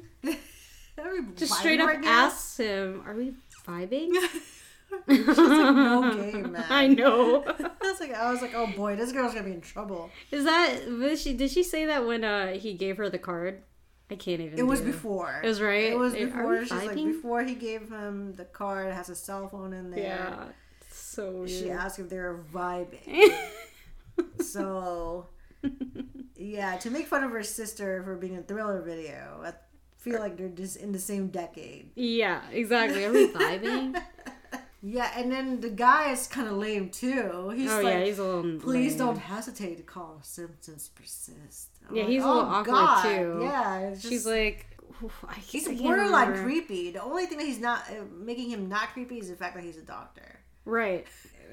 [SPEAKER 2] Are we
[SPEAKER 1] Just
[SPEAKER 2] vibing
[SPEAKER 1] straight up
[SPEAKER 2] right now?
[SPEAKER 1] asks him, "Are we vibing?"
[SPEAKER 2] She's like, no game, man.
[SPEAKER 1] I know.
[SPEAKER 2] I was like, I was like, oh boy, this girl's gonna be in trouble.
[SPEAKER 1] Is that was she? Did she say that when uh he gave her the card? I can't even.
[SPEAKER 2] It was
[SPEAKER 1] do
[SPEAKER 2] before.
[SPEAKER 1] It was right.
[SPEAKER 2] It was
[SPEAKER 1] Are we
[SPEAKER 2] before. She's like,
[SPEAKER 1] vibing?
[SPEAKER 2] before he gave him the card, it has a cell phone in there.
[SPEAKER 1] Yeah. It's So weird.
[SPEAKER 2] She asked if they were vibing. So, yeah, to make fun of her sister for being a thriller video, I feel like they're just in the same decade.
[SPEAKER 1] yeah. Exactly. Are we vibing?
[SPEAKER 2] Yeah, and then the guy is kind of lame too. He's
[SPEAKER 1] oh
[SPEAKER 2] like,
[SPEAKER 1] yeah. He's a little.
[SPEAKER 2] please
[SPEAKER 1] lame.
[SPEAKER 2] don't hesitate to call. if Symptoms persist. I'm
[SPEAKER 1] Yeah,
[SPEAKER 2] like, "Oh,
[SPEAKER 1] he's a little awkward, too.
[SPEAKER 2] Yeah, it's
[SPEAKER 1] She's
[SPEAKER 2] just-
[SPEAKER 1] like. "Oof, I,
[SPEAKER 2] he's
[SPEAKER 1] I can't
[SPEAKER 2] borderline
[SPEAKER 1] remember."
[SPEAKER 2] creepy. The only thing that he's not uh, making him not creepy is the fact that he's a doctor.
[SPEAKER 1] Right.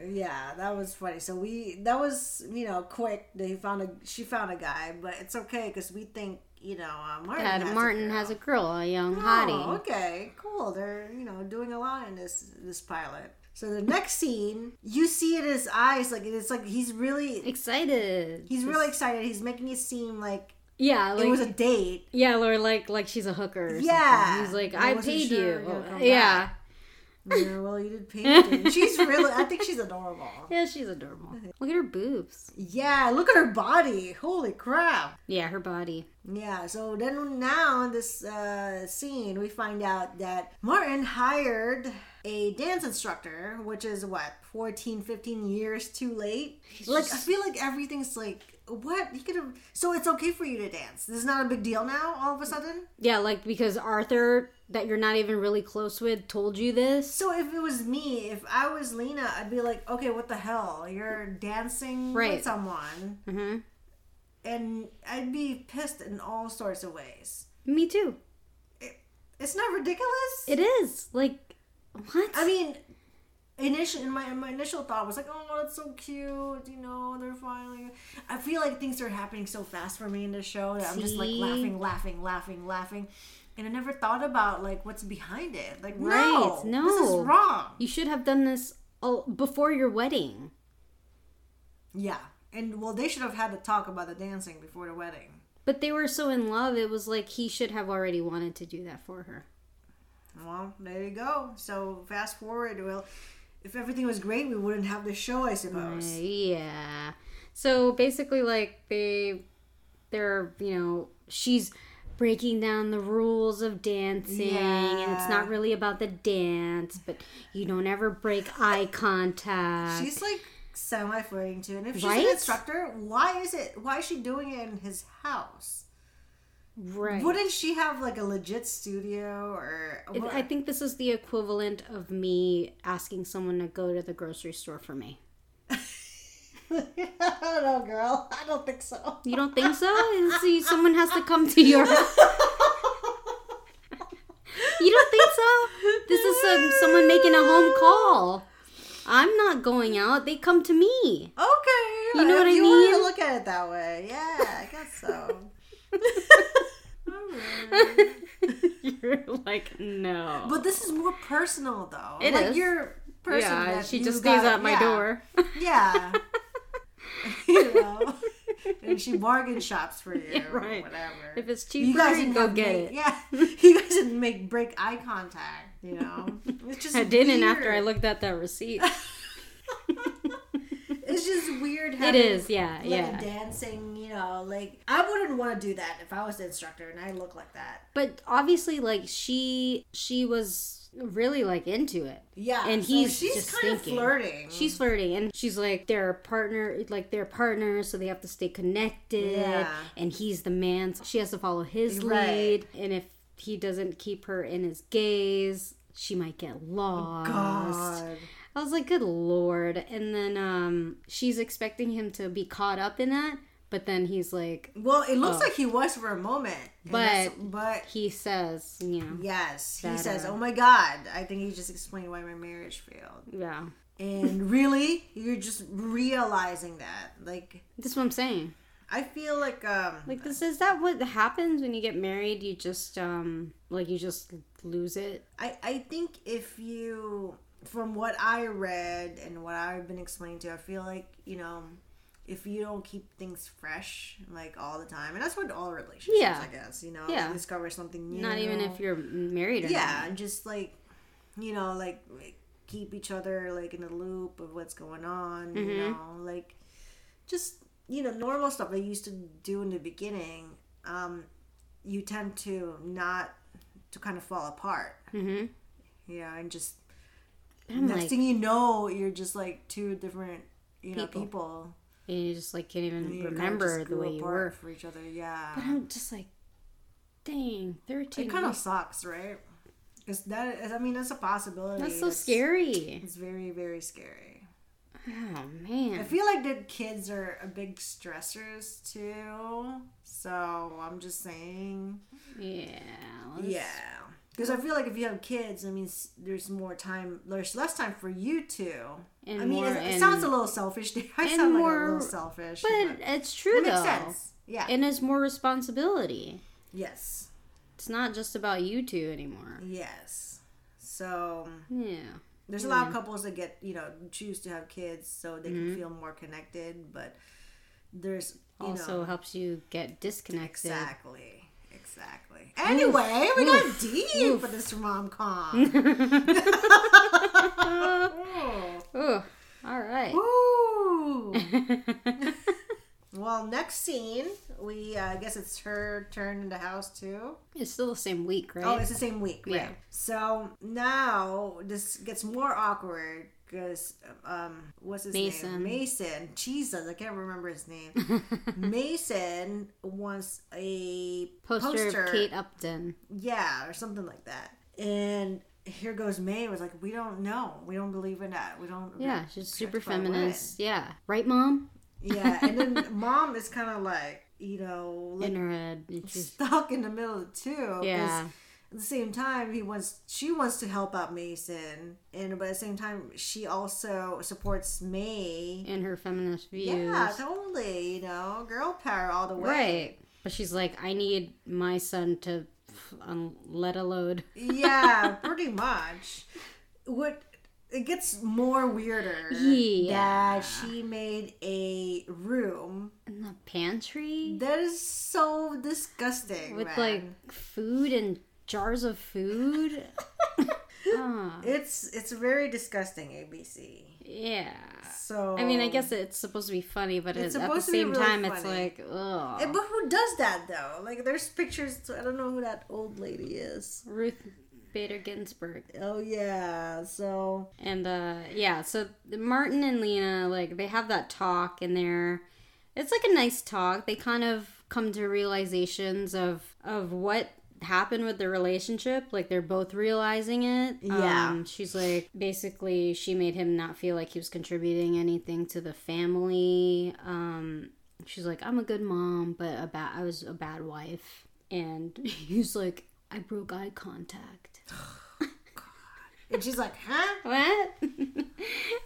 [SPEAKER 2] Yeah, that was funny. So we that was you know quick. They found a she found a guy, but it's okay because we think you know uh, Martin.
[SPEAKER 1] Yeah.
[SPEAKER 2] has
[SPEAKER 1] Martin
[SPEAKER 2] a
[SPEAKER 1] has a girl, a young
[SPEAKER 2] girl. Oh,
[SPEAKER 1] hottie.
[SPEAKER 2] okay, cool. They're you know doing a lot in this this pilot. So the next scene, you see in his eyes, like it's like he's really
[SPEAKER 1] Excited.
[SPEAKER 2] he's really excited. He's making it seem like,
[SPEAKER 1] Yeah. Like.
[SPEAKER 2] it was a date.
[SPEAKER 1] yeah. Or like like she's a hooker. Or
[SPEAKER 2] Yeah.
[SPEAKER 1] Something. He's like,
[SPEAKER 2] I
[SPEAKER 1] I,
[SPEAKER 2] wasn't
[SPEAKER 1] paid
[SPEAKER 2] sure you were
[SPEAKER 1] you.
[SPEAKER 2] gonna come
[SPEAKER 1] Yeah.
[SPEAKER 2] You know, well, you did painting. she's really. I think she's adorable.
[SPEAKER 1] Yeah. She's adorable. Look at her boobs.
[SPEAKER 2] Yeah, look at her body. Holy crap.
[SPEAKER 1] Yeah. Her body.
[SPEAKER 2] Yeah, so then now in this uh, scene, we find out that Martin hired a dance instructor, which is what, 14, 15 years too late? like, I feel like everything's like, what? He could have. So it's okay for you to dance. This is not a big deal now, all of a sudden?
[SPEAKER 1] Yeah, like because Arthur, that you're not even really close with, told you this.
[SPEAKER 2] So if it was me, if I was Lena, I'd be like, okay, what the hell? You're dancing
[SPEAKER 1] Right.
[SPEAKER 2] with someone.
[SPEAKER 1] Mm-hmm.
[SPEAKER 2] And I'd be pissed in all sorts of ways.
[SPEAKER 1] Me too.
[SPEAKER 2] It's not ridiculous?
[SPEAKER 1] It is like what?
[SPEAKER 2] I mean, initial in my my initial thought was like, oh, that's so cute. You know, they're finally. I feel like things are happening so fast for me in the show that I'm just like
[SPEAKER 1] See?
[SPEAKER 2] laughing, laughing, laughing, laughing, and I never thought about like what's behind it. Like,
[SPEAKER 1] Right,
[SPEAKER 2] no, this
[SPEAKER 1] no.
[SPEAKER 2] is wrong.
[SPEAKER 1] you should have done this all before your wedding.
[SPEAKER 2] Yeah, and well, they should have had to talk about the dancing before the wedding.
[SPEAKER 1] But they were so in love, it was like he should have already wanted to do that for her.
[SPEAKER 2] Well, there you go. So fast forward. Well, if everything was great, we wouldn't have the show, I suppose.
[SPEAKER 1] Yeah. So basically, like they, they're you know she's breaking down the rules of dancing, and it's not
[SPEAKER 2] Yeah.
[SPEAKER 1] really about the dance, but you don't ever break eye contact.
[SPEAKER 2] She's like semi flirting too, and if she's
[SPEAKER 1] Right?
[SPEAKER 2] an instructor, why is it? Why is she doing it in his house?
[SPEAKER 1] right.
[SPEAKER 2] Wouldn't she have like a legit studio or?
[SPEAKER 1] It- I think this is the equivalent of me asking someone to go to the grocery store for me.
[SPEAKER 2] I don't know, girl. I don't think so.
[SPEAKER 1] You don't think so? See, someone has to come to your. you don't think so? This is some, someone making a home call. I'm not going out. They come to me.
[SPEAKER 2] Okay,
[SPEAKER 1] You know
[SPEAKER 2] if
[SPEAKER 1] what I
[SPEAKER 2] you wanted to
[SPEAKER 1] mean?
[SPEAKER 2] look at it that way, yeah, I guess so.
[SPEAKER 1] You're like, no.
[SPEAKER 2] But this is more personal, though.
[SPEAKER 1] It
[SPEAKER 2] like
[SPEAKER 1] is.
[SPEAKER 2] you're person.
[SPEAKER 1] yeah,
[SPEAKER 2] that
[SPEAKER 1] she
[SPEAKER 2] you
[SPEAKER 1] just stays
[SPEAKER 2] got-
[SPEAKER 1] at my
[SPEAKER 2] yeah.
[SPEAKER 1] door.
[SPEAKER 2] Yeah. you know, and she bargain shops for you
[SPEAKER 1] right.
[SPEAKER 2] or whatever.
[SPEAKER 1] if it's
[SPEAKER 2] you
[SPEAKER 1] cheaper,
[SPEAKER 2] guys
[SPEAKER 1] you
[SPEAKER 2] didn't
[SPEAKER 1] go
[SPEAKER 2] have
[SPEAKER 1] get
[SPEAKER 2] make-
[SPEAKER 1] it.
[SPEAKER 2] Yeah, you guys didn't make break eye contact. You know, it's just
[SPEAKER 1] I didn't after I
[SPEAKER 2] weird.
[SPEAKER 1] looked at that receipt.
[SPEAKER 2] It's just weird.
[SPEAKER 1] it
[SPEAKER 2] having,
[SPEAKER 1] is, yeah,
[SPEAKER 2] Like
[SPEAKER 1] yeah.
[SPEAKER 2] dancing, you know, like I wouldn't want to do that if I was the instructor and I look like that.
[SPEAKER 1] But obviously, like she, she was really like into it.
[SPEAKER 2] Yeah,
[SPEAKER 1] And
[SPEAKER 2] so
[SPEAKER 1] he's
[SPEAKER 2] she's
[SPEAKER 1] just
[SPEAKER 2] kind
[SPEAKER 1] thinking.
[SPEAKER 2] of flirting.
[SPEAKER 1] She's flirting, and she's like they're a partner, like they're partners, so they have to stay connected.
[SPEAKER 2] Yeah.
[SPEAKER 1] And he's the man, so she has to follow his
[SPEAKER 2] Right.
[SPEAKER 1] lead. And if he doesn't keep her in his gaze, she might get lost.
[SPEAKER 2] God.
[SPEAKER 1] I was like, good lord. And then um, she's expecting him to be caught up in that, but then he's like,
[SPEAKER 2] Well, it looks like he was for a moment, and
[SPEAKER 1] Oh. But-
[SPEAKER 2] that's- but
[SPEAKER 1] he says, you know,
[SPEAKER 2] yes, he
[SPEAKER 1] That,
[SPEAKER 2] says,
[SPEAKER 1] uh,
[SPEAKER 2] "Oh my God, I think he just explained why my marriage failed."
[SPEAKER 1] yeah.
[SPEAKER 2] And really, you're just realizing that. Like,
[SPEAKER 1] That's what I'm saying.
[SPEAKER 2] I feel like um,
[SPEAKER 1] Like this is that what happens when you get married? You just um, like you just lose it.
[SPEAKER 2] I, I think if you, from what I read and what I've been explained to, I feel like, you know, if you don't keep things fresh, like all the time, and that's what all relationships,
[SPEAKER 1] Yeah.
[SPEAKER 2] I guess, you know,
[SPEAKER 1] Yeah.
[SPEAKER 2] you discover something new.
[SPEAKER 1] Not even if you're married or
[SPEAKER 2] Yeah,
[SPEAKER 1] not.
[SPEAKER 2] and just like, you know, like keep each other like in the loop of what's going on, you
[SPEAKER 1] Mm-hmm.
[SPEAKER 2] know, like just, you know, normal stuff they used to do in the beginning. Um, you tend to not to kind of fall apart.
[SPEAKER 1] Mhm.
[SPEAKER 2] Yeah, and just
[SPEAKER 1] And I'm
[SPEAKER 2] next
[SPEAKER 1] like,
[SPEAKER 2] thing you know, you're just like two different, you know,
[SPEAKER 1] People.
[SPEAKER 2] people.
[SPEAKER 1] and you just like can't even
[SPEAKER 2] You know,
[SPEAKER 1] remember
[SPEAKER 2] just
[SPEAKER 1] the
[SPEAKER 2] grew
[SPEAKER 1] way you
[SPEAKER 2] apart
[SPEAKER 1] were.
[SPEAKER 2] for each other. Yeah,
[SPEAKER 1] But I'm just like, dang,
[SPEAKER 2] it
[SPEAKER 1] thirteen.
[SPEAKER 2] kind of sucks, right? Because that, is- I mean, that's a possibility.
[SPEAKER 1] That's so scary.
[SPEAKER 2] It's very, very scary.
[SPEAKER 1] Oh
[SPEAKER 2] I
[SPEAKER 1] man.
[SPEAKER 2] feel like the kids are a big stressors too. So I'm just saying.
[SPEAKER 1] Yeah. let's-
[SPEAKER 2] Yeah. Because I feel like if you have kids, I mean, s- there's more time, there's less time for you two.
[SPEAKER 1] And
[SPEAKER 2] I mean,
[SPEAKER 1] more
[SPEAKER 2] it, it
[SPEAKER 1] in-
[SPEAKER 2] sounds a little selfish. I
[SPEAKER 1] and
[SPEAKER 2] sound like a
[SPEAKER 1] more-
[SPEAKER 2] little selfish.
[SPEAKER 1] But
[SPEAKER 2] But,
[SPEAKER 1] it's true
[SPEAKER 2] it makes
[SPEAKER 1] though.
[SPEAKER 2] sense. Yeah.
[SPEAKER 1] And it's more responsibility.
[SPEAKER 2] yes.
[SPEAKER 1] It's not just about you two anymore.
[SPEAKER 2] Yes. So
[SPEAKER 1] Yeah.
[SPEAKER 2] there's a
[SPEAKER 1] Mm.
[SPEAKER 2] lot of couples that get, you know, choose to have kids so they
[SPEAKER 1] Mm-hmm.
[SPEAKER 2] can feel more connected. But there's, you
[SPEAKER 1] Also
[SPEAKER 2] know,
[SPEAKER 1] helps you get disconnected.
[SPEAKER 2] Exactly. Exactly. Anyway, we got deep for this rom com.
[SPEAKER 1] Oh, all right.
[SPEAKER 2] well, next scene, we uh, I guess it's her turn in the house too.
[SPEAKER 1] It's still the same week, right?
[SPEAKER 2] Oh, it's the same week, right?
[SPEAKER 1] Yeah.
[SPEAKER 2] So now this gets more awkward because um, what's his
[SPEAKER 1] Mason.
[SPEAKER 2] name? Mason. Jesus, I can't remember his name. Mason wants a
[SPEAKER 1] poster, of Kate Upton.
[SPEAKER 2] Yeah, or something like that. And here goes May was like, We don't know. We don't believe in that. We don't
[SPEAKER 1] Yeah, she's super
[SPEAKER 2] Checked by Lynn.
[SPEAKER 1] feminist. Yeah. Right, mom?
[SPEAKER 2] Yeah. And then mom is kinda like, you know, like
[SPEAKER 1] In her head. and she's-
[SPEAKER 2] stuck in the middle of the two. 'cause
[SPEAKER 1] Yeah.
[SPEAKER 2] At the same time he wants she wants to help out Mason and but at the same time she also supports May.
[SPEAKER 1] in her feminist views.
[SPEAKER 2] Yeah, totally, you know, girl power all the way.
[SPEAKER 1] right. But she's like, I need my son to um, let a load.
[SPEAKER 2] yeah, pretty much. What it gets more weirder
[SPEAKER 1] Yeah.
[SPEAKER 2] that she made a room
[SPEAKER 1] In the pantry?
[SPEAKER 2] that is so disgusting.
[SPEAKER 1] With
[SPEAKER 2] man.
[SPEAKER 1] like food and jars of food? Ah,
[SPEAKER 2] it's it's very disgusting, ABC.
[SPEAKER 1] yeah.
[SPEAKER 2] So
[SPEAKER 1] I mean, I guess it's supposed to be funny, but
[SPEAKER 2] It's
[SPEAKER 1] it- at the
[SPEAKER 2] supposed to be
[SPEAKER 1] same
[SPEAKER 2] really
[SPEAKER 1] time, it's
[SPEAKER 2] funny.
[SPEAKER 1] like, ugh.
[SPEAKER 2] Eh, but who does that though? Like, there's pictures. I don't know who that old lady is.
[SPEAKER 1] Ruth Bader Ginsburg.
[SPEAKER 2] Oh yeah, so
[SPEAKER 1] And uh yeah, so Martin and Lena like they have that talk and they're it's like a nice talk. They kind of come to realizations of of what happened with their relationship. Like they're both realizing it.
[SPEAKER 2] Yeah.
[SPEAKER 1] Um, she's like basically she made him not feel like he was contributing anything to the family. Um she's like I'm a good mom, but a bad I was a bad wife. And he's like I broke eye contact.
[SPEAKER 2] and she's like, huh?
[SPEAKER 1] What?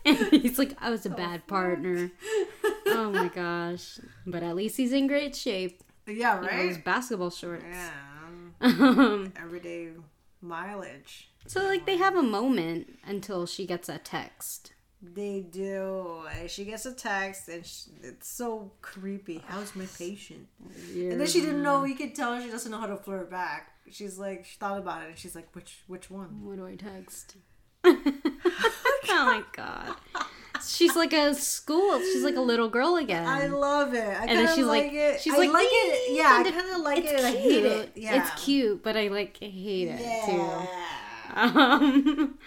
[SPEAKER 1] and he's like, I was a bad partner. oh my gosh. But at least he's in great shape.
[SPEAKER 2] Yeah,
[SPEAKER 1] Those
[SPEAKER 2] right.
[SPEAKER 1] basketball shorts.
[SPEAKER 2] Yeah, um,
[SPEAKER 1] Um,
[SPEAKER 2] everyday mileage.
[SPEAKER 1] So like they have a moment until she gets a text.
[SPEAKER 2] They do. And She gets a text, and sh it's so creepy. How's my patient? And then she didn't know. You could tell she doesn't know how to flirt back. She's like, she thought about it, and she's like, which which one?
[SPEAKER 1] What do I text? oh my god. She's like a school. She's like a little girl again.
[SPEAKER 2] I love it. I
[SPEAKER 1] Mm-hmm. and
[SPEAKER 2] kind
[SPEAKER 1] then
[SPEAKER 2] of
[SPEAKER 1] she's
[SPEAKER 2] like,
[SPEAKER 1] like,
[SPEAKER 2] it.
[SPEAKER 1] she's
[SPEAKER 2] I
[SPEAKER 1] like,
[SPEAKER 2] like it. Yeah, I
[SPEAKER 1] "Eee,"
[SPEAKER 2] kind of like
[SPEAKER 1] it's
[SPEAKER 2] it. I hate it. Yeah,
[SPEAKER 1] It's cute, but I like hate it too.
[SPEAKER 2] Yeah.
[SPEAKER 1] Um,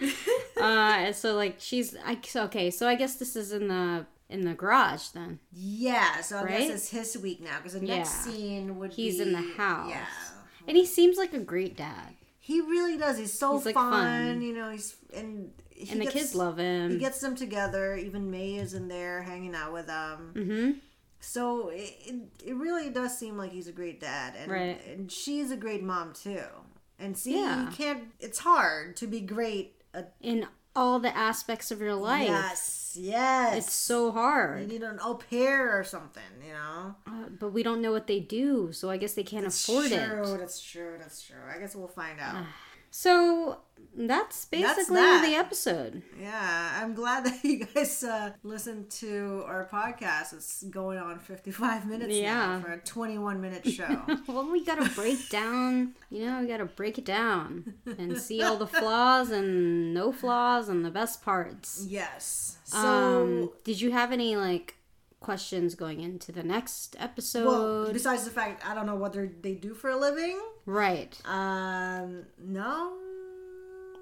[SPEAKER 1] uh, so like she's I, so- okay. So I guess this is in the in the garage then.
[SPEAKER 2] Yeah, so I
[SPEAKER 1] Right?
[SPEAKER 2] guess it's his week now because the next
[SPEAKER 1] Yeah.
[SPEAKER 2] scene would
[SPEAKER 1] He's
[SPEAKER 2] be
[SPEAKER 1] in the house,
[SPEAKER 2] Yeah,
[SPEAKER 1] and he seems like a great dad,
[SPEAKER 2] he really does. He's so
[SPEAKER 1] He's, like,
[SPEAKER 2] fun,
[SPEAKER 1] fun.
[SPEAKER 2] You know, he's and he
[SPEAKER 1] and the
[SPEAKER 2] gets-
[SPEAKER 1] kids love
[SPEAKER 2] He
[SPEAKER 1] him.
[SPEAKER 2] gets them together. Even May is in there hanging out with them.
[SPEAKER 1] hmm
[SPEAKER 2] So it, it, it really does seem like he's a great dad, and
[SPEAKER 1] Right.
[SPEAKER 2] and she's a great mom too. And see,
[SPEAKER 1] Yeah.
[SPEAKER 2] you can't. It's hard to be great. At,
[SPEAKER 1] In all the aspects of your life,
[SPEAKER 2] yes, yes.
[SPEAKER 1] it's so
[SPEAKER 2] you
[SPEAKER 1] hard.
[SPEAKER 2] need an au pair or something, you know.
[SPEAKER 1] Uh, but we don't know what they do, so I guess they can't afford it.
[SPEAKER 2] true, oh, That's true. That's true. I guess we'll find out.
[SPEAKER 1] So that's basically
[SPEAKER 2] that.
[SPEAKER 1] the episode.
[SPEAKER 2] Yeah, I'm glad that you guys uh, listened to our podcast. It's going on 55 minutes
[SPEAKER 1] Yeah.
[SPEAKER 2] now for a 21 minute show.
[SPEAKER 1] Well, we gotta break down, you know, we gotta break it down and see all the flaws and no flaws and the best parts.
[SPEAKER 2] yes. So,
[SPEAKER 1] um, did you have any like questions going into the next
[SPEAKER 2] well,
[SPEAKER 1] episode?
[SPEAKER 2] besides the fact I don't know what they they do for a living,
[SPEAKER 1] right.
[SPEAKER 2] um, no,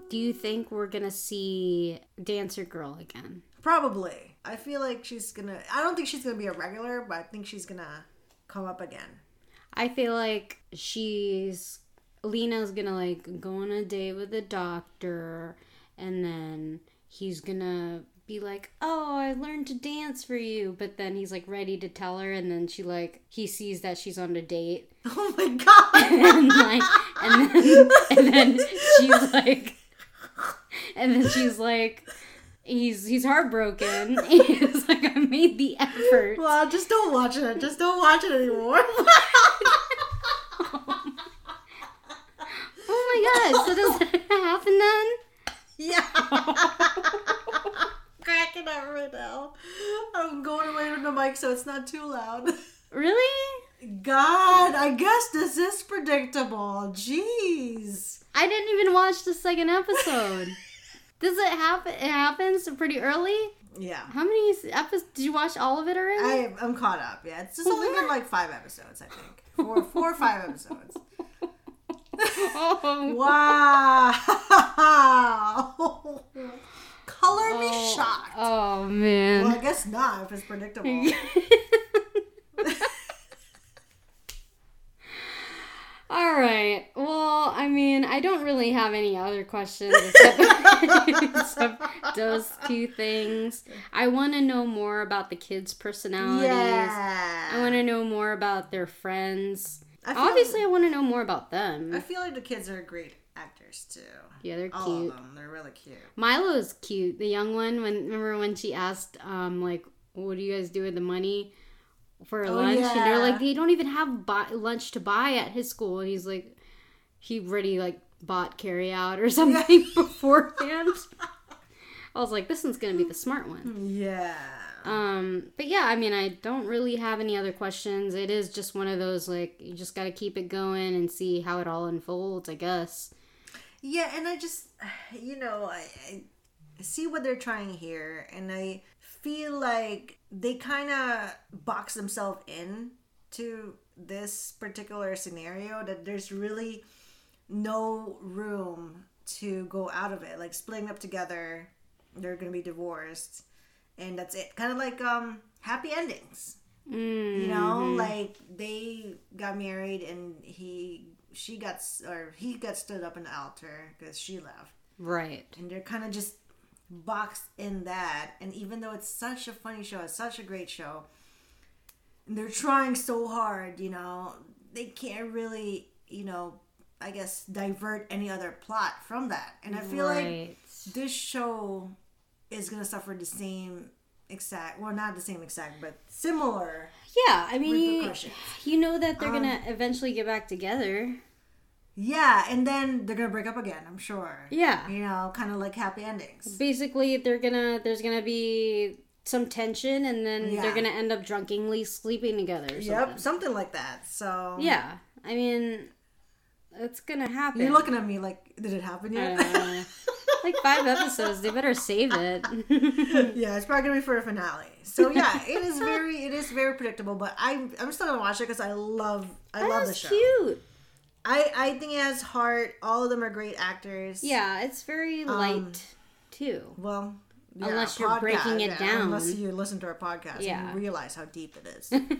[SPEAKER 1] Do you think we're gonna see Dancer Girl again?
[SPEAKER 2] probably. I feel like she's gonna. I don't think she's gonna be a regular, but I think she's gonna come up again.
[SPEAKER 1] I feel like she's Lena's gonna like go on a date with the doctor, and then he's gonna be like, "Oh, I learned to dance for you," but then he's like ready to tell her, and then she like he sees that she's on a date,
[SPEAKER 2] Oh my god!
[SPEAKER 1] and like, and then and then she's like, and then she's like. He's he's heartbroken. He's like, I made the effort.
[SPEAKER 2] Well, just don't watch it. Just don't watch it anymore.
[SPEAKER 1] Oh my god! So does that happen then?
[SPEAKER 2] Yeah. Cracking up right now. I'm going away from the mic so it's not too loud.
[SPEAKER 1] Really?
[SPEAKER 2] God, I guess this is predictable. Jeez.
[SPEAKER 1] I didn't even watch the second episode. Does it happen? It happens pretty early.
[SPEAKER 2] Yeah.
[SPEAKER 1] How many episodes did you watch? All of it already?
[SPEAKER 2] I, I'm caught up. Yeah, it's just only been like five episodes, I think. Four, four or five episodes.
[SPEAKER 1] oh,
[SPEAKER 2] Wow. Color me
[SPEAKER 1] Oh,
[SPEAKER 2] shocked.
[SPEAKER 1] oh
[SPEAKER 2] Well, I
[SPEAKER 1] man.
[SPEAKER 2] guess not if it's predictable.
[SPEAKER 1] All right. Well, I mean, I don't really have any other questions except, except those two things. I want to know more about the kids' personalities.
[SPEAKER 2] Yeah.
[SPEAKER 1] I want to know more about their friends.
[SPEAKER 2] I feel-
[SPEAKER 1] Obviously, I want to know more about
[SPEAKER 2] I
[SPEAKER 1] them.
[SPEAKER 2] feel like the kids are great actors too.
[SPEAKER 1] Yeah, they're
[SPEAKER 2] All
[SPEAKER 1] cute.
[SPEAKER 2] of them. They're really cute.
[SPEAKER 1] Milo's cute, the young one. When remember when she asked, um, like, what do you guys do with the money for
[SPEAKER 2] Oh,
[SPEAKER 1] lunch? And they're
[SPEAKER 2] yeah.
[SPEAKER 1] like, they don't even have buy- lunch to buy at his school. And he's like, he already like bought carry out or something beforehand. I was like, this one's gonna be the smart one.
[SPEAKER 2] Yeah.
[SPEAKER 1] Um, but yeah, I mean, I don't really have any other questions. It is just one of those like you just gotta keep it going and see how it all unfolds, I guess.
[SPEAKER 2] Yeah, and I just, you know, I, I see what they're trying here, and I feel like they kind of box themselves in to this particular scenario that there's really no room to go out of it. Like splitting up together, they're gonna be divorced, and that's it. Kind of like um happy endings.
[SPEAKER 1] Mm.
[SPEAKER 2] you know like they got married and he she got s- or he got stood up in the altar because she left
[SPEAKER 1] Right.
[SPEAKER 2] and they're kind of just boxed in that and even though it's such a funny show it's such a great show and they're trying so hard you know they can't really you know i guess divert any other plot from that and i feel like
[SPEAKER 1] right.
[SPEAKER 2] this show is gonna suffer the same exact well not the same exact but similar
[SPEAKER 1] Yeah, I mean, you,
[SPEAKER 2] repercussions. Um,
[SPEAKER 1] you know that they're gonna eventually get back together.
[SPEAKER 2] Yeah, and then they're gonna break up again. I'm sure.
[SPEAKER 1] Yeah.
[SPEAKER 2] You know, kind of like happy endings.
[SPEAKER 1] Basically, they're gonna there's gonna be some tension, and then
[SPEAKER 2] Yeah.
[SPEAKER 1] they're gonna end up drunkenly sleeping together. Or
[SPEAKER 2] Yep,
[SPEAKER 1] something.
[SPEAKER 2] something like that. So
[SPEAKER 1] Yeah. I mean, it's gonna happen.
[SPEAKER 2] you're looking at me like, did it happen yet?
[SPEAKER 1] Uh, like five episodes. They better save it.
[SPEAKER 2] yeah, it's probably gonna be for a finale. So yeah, it is very it is very predictable. But I'm I'm still gonna watch it because I love I
[SPEAKER 1] That
[SPEAKER 2] love
[SPEAKER 1] was
[SPEAKER 2] the show.
[SPEAKER 1] cute.
[SPEAKER 2] I I think it has heart. All of them are great actors.
[SPEAKER 1] Yeah, it's very
[SPEAKER 2] Um,
[SPEAKER 1] light too.
[SPEAKER 2] Well. yeah,
[SPEAKER 1] Unless you're breaking it down.
[SPEAKER 2] Unless you listen to our podcast
[SPEAKER 1] Yeah.
[SPEAKER 2] and realize how deep it is.
[SPEAKER 1] And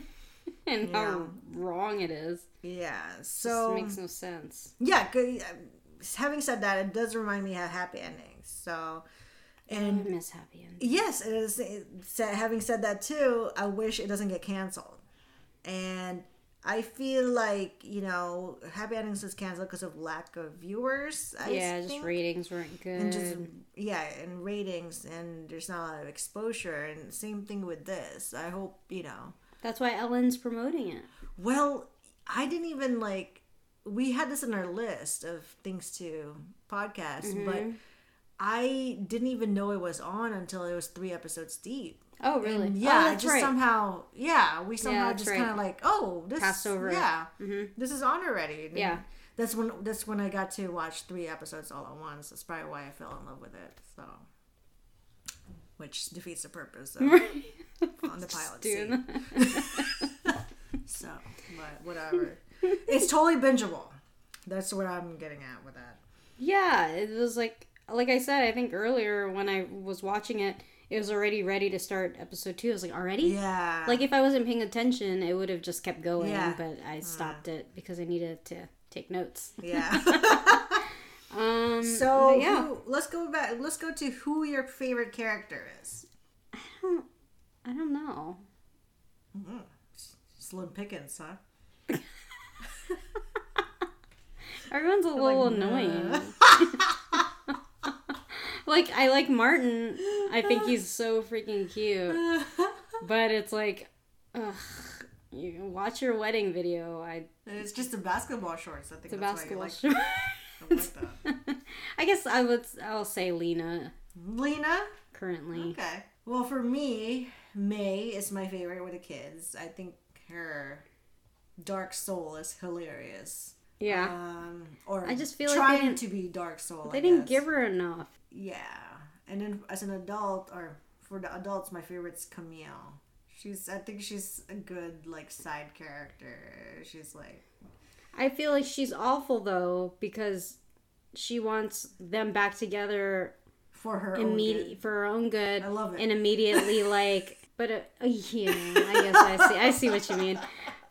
[SPEAKER 2] Yeah.
[SPEAKER 1] how wrong it is.
[SPEAKER 2] yeah.
[SPEAKER 1] This
[SPEAKER 2] So
[SPEAKER 1] makes no sense.
[SPEAKER 2] yeah, good. Having said that, it does remind me of happy endings. So,
[SPEAKER 1] I
[SPEAKER 2] and
[SPEAKER 1] miss Happy End.
[SPEAKER 2] yes, it is. It, sa- having said that too, I wish it doesn't get canceled. And I feel like you know, happy endings was canceled because of lack of viewers. I
[SPEAKER 1] Yeah, just
[SPEAKER 2] think.
[SPEAKER 1] ratings weren't good.
[SPEAKER 2] and just yeah, and ratings, and there's not a lot of exposure. And same thing with this. I hope you know.
[SPEAKER 1] That's why Ellen's promoting it.
[SPEAKER 2] Well, I didn't even like. We had this in our list of things to podcast, but I didn't even know it was on until it was three episodes deep.
[SPEAKER 1] Oh, really?
[SPEAKER 2] And
[SPEAKER 1] oh,
[SPEAKER 2] yeah,
[SPEAKER 1] that's
[SPEAKER 2] just
[SPEAKER 1] right.
[SPEAKER 2] somehow, yeah, we somehow
[SPEAKER 1] that's
[SPEAKER 2] just
[SPEAKER 1] right.
[SPEAKER 2] kind of like, oh, this
[SPEAKER 1] Passed over it.
[SPEAKER 2] Yeah, this is on already. And
[SPEAKER 1] Yeah.
[SPEAKER 2] that's when that's when I got to watch three episodes all at once. That's probably why I fell in love with it. So, which defeats the purpose of on the pilot
[SPEAKER 1] Doing
[SPEAKER 2] scene.
[SPEAKER 1] that.
[SPEAKER 2] So, but whatever. it's totally bingeable. That's what I'm getting at with that.
[SPEAKER 1] Yeah, it was like like I said, I think earlier when I was watching it, it was already ready to start episode two. I was like, already?
[SPEAKER 2] Yeah.
[SPEAKER 1] Like if I wasn't paying attention, it would have just kept going.
[SPEAKER 2] Yeah. Mm.
[SPEAKER 1] But I stopped it because I needed to take notes.
[SPEAKER 2] yeah.
[SPEAKER 1] Um,
[SPEAKER 2] so
[SPEAKER 1] but yeah,
[SPEAKER 2] who, let's go back. Let's go to who your favorite character is.
[SPEAKER 1] I don't know.
[SPEAKER 2] Mm-hmm. Slim Pickens, huh?
[SPEAKER 1] Everyone's a
[SPEAKER 2] Oh,
[SPEAKER 1] little annoying. like I like Martin. I think he's so freaking cute. But it's like, ugh. You watch your wedding video. I
[SPEAKER 2] And it's just the basketball shorts. I think
[SPEAKER 1] the
[SPEAKER 2] that's
[SPEAKER 1] basketball
[SPEAKER 2] why you
[SPEAKER 1] short.
[SPEAKER 2] like, I like that.
[SPEAKER 1] I guess I would. I'll say Lena
[SPEAKER 2] Lena.
[SPEAKER 1] currently.
[SPEAKER 2] Okay. Well, for me, May is my favorite with the kids. I think her dark soul is hilarious.
[SPEAKER 1] Yeah,
[SPEAKER 2] Um, or
[SPEAKER 1] I just feel like they
[SPEAKER 2] trying
[SPEAKER 1] didn't-
[SPEAKER 2] to be dark soul.
[SPEAKER 1] they
[SPEAKER 2] I
[SPEAKER 1] didn't
[SPEAKER 2] guess.
[SPEAKER 1] give her enough.
[SPEAKER 2] Yeah, and then as an adult, or for the adults, my favorite's Camille. She's, I think she's a good like side character. She's like,
[SPEAKER 1] I feel like she's awful though because she wants them back together
[SPEAKER 2] for her own
[SPEAKER 1] immediately
[SPEAKER 2] good.
[SPEAKER 1] for her own good.
[SPEAKER 2] I love it.
[SPEAKER 1] And immediately like, but uh, yeah, I guess I see. I see what you mean.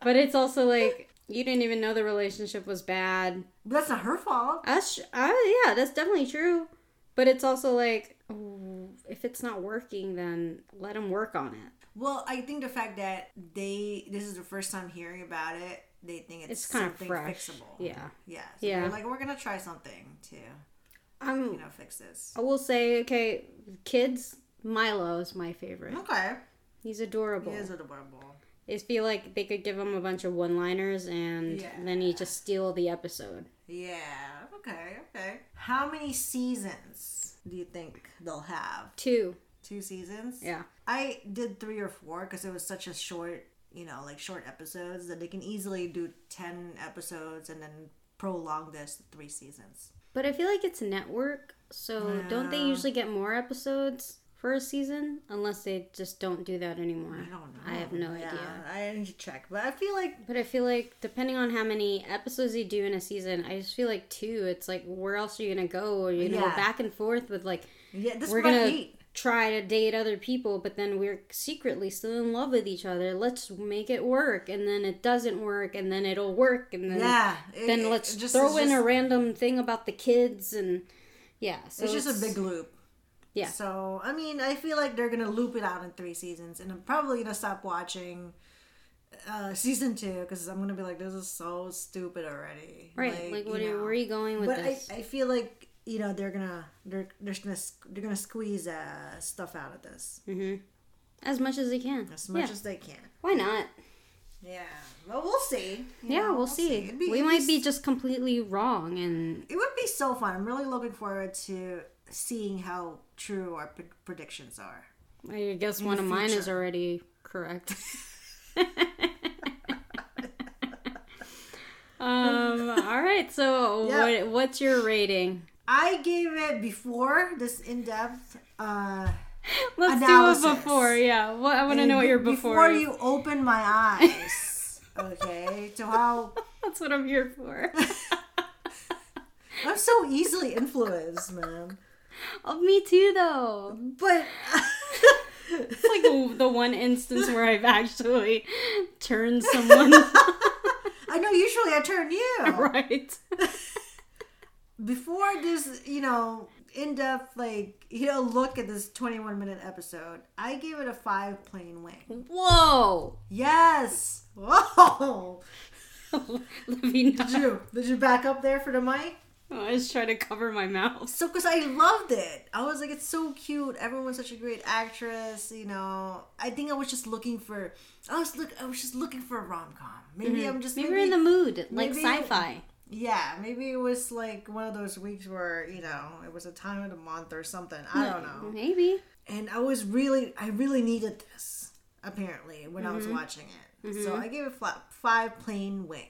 [SPEAKER 1] But it's also like you didn't even know the relationship was bad.
[SPEAKER 2] But that's not her fault.
[SPEAKER 1] That's uh, yeah, that's definitely true. But it's also like oh, if it's not working, then let them work on it.
[SPEAKER 2] Well, I think the fact that they this is the first time hearing about it, they think it's,
[SPEAKER 1] It's kind of
[SPEAKER 2] something
[SPEAKER 1] fresh.
[SPEAKER 2] fixable.
[SPEAKER 1] Yeah.
[SPEAKER 2] Yeah. So
[SPEAKER 1] Yeah.
[SPEAKER 2] they're Like we're gonna try something to
[SPEAKER 1] I'm
[SPEAKER 2] you know fix this.
[SPEAKER 1] I will say, okay, kids, Milo is my favorite.
[SPEAKER 2] Okay.
[SPEAKER 1] He's adorable.
[SPEAKER 2] He is adorable.
[SPEAKER 1] I feel like they could give him a bunch of one liners and
[SPEAKER 2] Yeah.
[SPEAKER 1] then he just steal the episode.
[SPEAKER 2] Yeah. Okay. Okay. How many seasons do you think they'll have?
[SPEAKER 1] Two.
[SPEAKER 2] Two seasons.
[SPEAKER 1] Yeah.
[SPEAKER 2] I did three or four because it was such a short, you know, like short episodes that they can easily do 10 episodes and then prolong this to three seasons.
[SPEAKER 1] But I feel like it's network, so don't they usually get more episodes for a season? Unless they just don't do that anymore.
[SPEAKER 2] I don't know.
[SPEAKER 1] I have no
[SPEAKER 2] Yeah,
[SPEAKER 1] idea.
[SPEAKER 2] I need to check, but I feel like
[SPEAKER 1] But I feel like depending on how many episodes you do in a season, I just feel like two, it's like where else are you gonna go? Are you gonna
[SPEAKER 2] Yeah.
[SPEAKER 1] go back and forth with like
[SPEAKER 2] yeah, this
[SPEAKER 1] we're
[SPEAKER 2] is what I
[SPEAKER 1] gonna
[SPEAKER 2] hate.
[SPEAKER 1] try to date other people, but then we're secretly still in love with each other. Let's make it work, and then it doesn't work, and then it'll work, and then
[SPEAKER 2] Yeah. it-
[SPEAKER 1] then
[SPEAKER 2] it
[SPEAKER 1] let's
[SPEAKER 2] just-
[SPEAKER 1] throw
[SPEAKER 2] it's
[SPEAKER 1] in a
[SPEAKER 2] just-
[SPEAKER 1] random thing about the kids, and yeah, so
[SPEAKER 2] It's just a big loop.
[SPEAKER 1] Yeah.
[SPEAKER 2] So I mean, I feel like they're gonna loop it out in three seasons, and I'm probably gonna stop watching uh season two because I'm gonna be like, this is so stupid already.
[SPEAKER 1] right. Like, what
[SPEAKER 2] you
[SPEAKER 1] are,
[SPEAKER 2] know.
[SPEAKER 1] where are you going with
[SPEAKER 2] but I,
[SPEAKER 1] this?
[SPEAKER 2] I feel like you know they're gonna they're they're just gonna squ- they're gonna squeeze uh, stuff out of this
[SPEAKER 1] As much as they can.
[SPEAKER 2] as much
[SPEAKER 1] Mm. yeah.
[SPEAKER 2] as they can.
[SPEAKER 1] Why not?
[SPEAKER 2] Yeah. Well, we'll see. You
[SPEAKER 1] yeah,
[SPEAKER 2] know,
[SPEAKER 1] we'll see.
[SPEAKER 2] It'd be-
[SPEAKER 1] we
[SPEAKER 2] it'd
[SPEAKER 1] might
[SPEAKER 2] s-
[SPEAKER 1] be just completely wrong, and
[SPEAKER 2] It would be so fun. I'm really looking forward to seeing how true our p- predictions are.
[SPEAKER 1] I guess one
[SPEAKER 2] the
[SPEAKER 1] of mine is
[SPEAKER 2] future.
[SPEAKER 1] already correct. um. All right. So,
[SPEAKER 2] Yeah.
[SPEAKER 1] what, what's your rating?
[SPEAKER 2] I gave it before this in depth. Uh,
[SPEAKER 1] Let's do a
[SPEAKER 2] Analysis.
[SPEAKER 1] before. Yeah. What I want to know what your before.
[SPEAKER 2] Before
[SPEAKER 1] is.
[SPEAKER 2] you open my eyes. Okay, to how
[SPEAKER 1] That's what I'm here for.
[SPEAKER 2] I'm so easily influenced, man.
[SPEAKER 1] oh, me too, though.
[SPEAKER 2] But
[SPEAKER 1] It's like the one instance where I've actually turned someone
[SPEAKER 2] I know usually I turn you
[SPEAKER 1] right.
[SPEAKER 2] before this. You know, in depth like you know look at this 21 minute episode. I gave it a five plane wing.
[SPEAKER 1] Whoa,
[SPEAKER 2] Yes. Whoa. Did
[SPEAKER 1] Lavina!
[SPEAKER 2] you did you back up there for the mic?
[SPEAKER 1] I was trying to cover my mouth.
[SPEAKER 2] So, because I loved it. I was like, it's so cute. Everyone's such a great actress. You know, I think I was just looking for. I was look. I was just looking for a rom com. Maybe I'm just
[SPEAKER 1] Mm-hmm. Maybe we're in the mood, like
[SPEAKER 2] maybe-
[SPEAKER 1] sci-fi.
[SPEAKER 2] Yeah, maybe it was like one of those weeks where you know it was a time of the month or something. I don't know.
[SPEAKER 1] Maybe.
[SPEAKER 2] And I was really, I really needed this apparently when I was watching it. So I gave it flat five plain wings.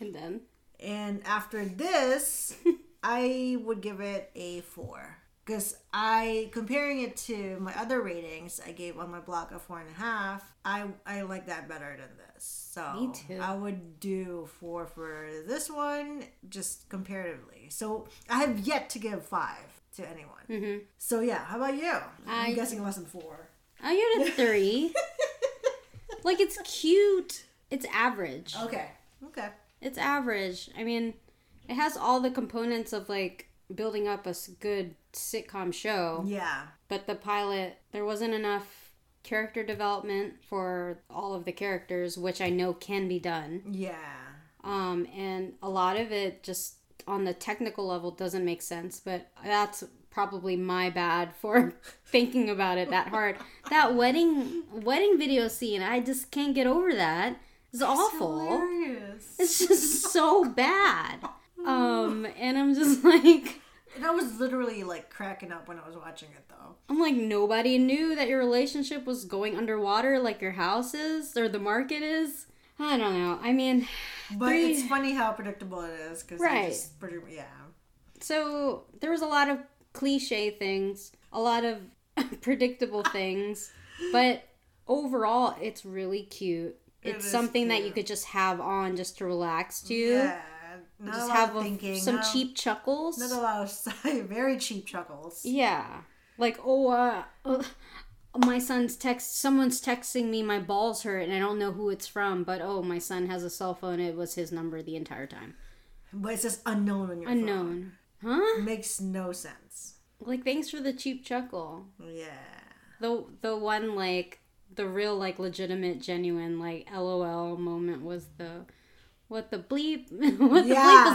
[SPEAKER 1] And then
[SPEAKER 2] And after this, I would give it a four. Because I, comparing it to my other ratings I gave on my blog a four and a half, I, I like that better than this. So
[SPEAKER 1] Me too.
[SPEAKER 2] I would do four for this one, just comparatively. So I have yet to give five to anyone. So yeah, how about you?
[SPEAKER 1] I-
[SPEAKER 2] I, am guessing less than four.
[SPEAKER 1] I give it a three. like it's cute. It's average.
[SPEAKER 2] Okay. Okay.
[SPEAKER 1] It's average. I mean, it has all the components of like building up a s- good sitcom show.
[SPEAKER 2] Yeah.
[SPEAKER 1] but the pilot there wasn't enough character development for all of the characters which i know can be done
[SPEAKER 2] Yeah.
[SPEAKER 1] um, and a lot of it just on the technical level doesn't make sense but that's probably my bad for thinking about it that hard that wedding wedding video scene i just can't get over that it's awful
[SPEAKER 2] Hilarious.
[SPEAKER 1] it's just so bad um and i'm just like
[SPEAKER 2] And I was literally like cracking up when I was watching it though.
[SPEAKER 1] I'm like, nobody knew that your relationship was going underwater like your house is or the market is. I don't know. I mean,
[SPEAKER 2] But
[SPEAKER 1] Three-
[SPEAKER 2] it's funny how predictable it is because
[SPEAKER 1] Right.
[SPEAKER 2] just pretty yeah.
[SPEAKER 1] so there was a lot of cliche things, a lot of predictable things, but overall, it's really cute.
[SPEAKER 2] It
[SPEAKER 1] It's
[SPEAKER 2] is
[SPEAKER 1] something that you
[SPEAKER 2] cute.
[SPEAKER 1] could just have on just to relax to.
[SPEAKER 2] Yeah, not a
[SPEAKER 1] Just
[SPEAKER 2] lot
[SPEAKER 1] have
[SPEAKER 2] of
[SPEAKER 1] a-
[SPEAKER 2] thinking.
[SPEAKER 1] some
[SPEAKER 2] not-
[SPEAKER 1] cheap chuckles.
[SPEAKER 2] Not a lot of very cheap chuckles.
[SPEAKER 1] Yeah. Like, oh, uh, uh, my son's text, someone's texting me, my balls hurt, and I don't know who it's from, but oh, my son has a cell phone. It was his number the entire time.
[SPEAKER 2] But it's just unknown on your phone.
[SPEAKER 1] Unknown. Huh?
[SPEAKER 2] Makes no sense.
[SPEAKER 1] Like, thanks for the cheap chuckle.
[SPEAKER 2] Yeah.
[SPEAKER 1] The, the one, like, the real, like, legitimate, genuine, like, LOL moment was the, what the bleep? what the bleep was
[SPEAKER 2] yeah,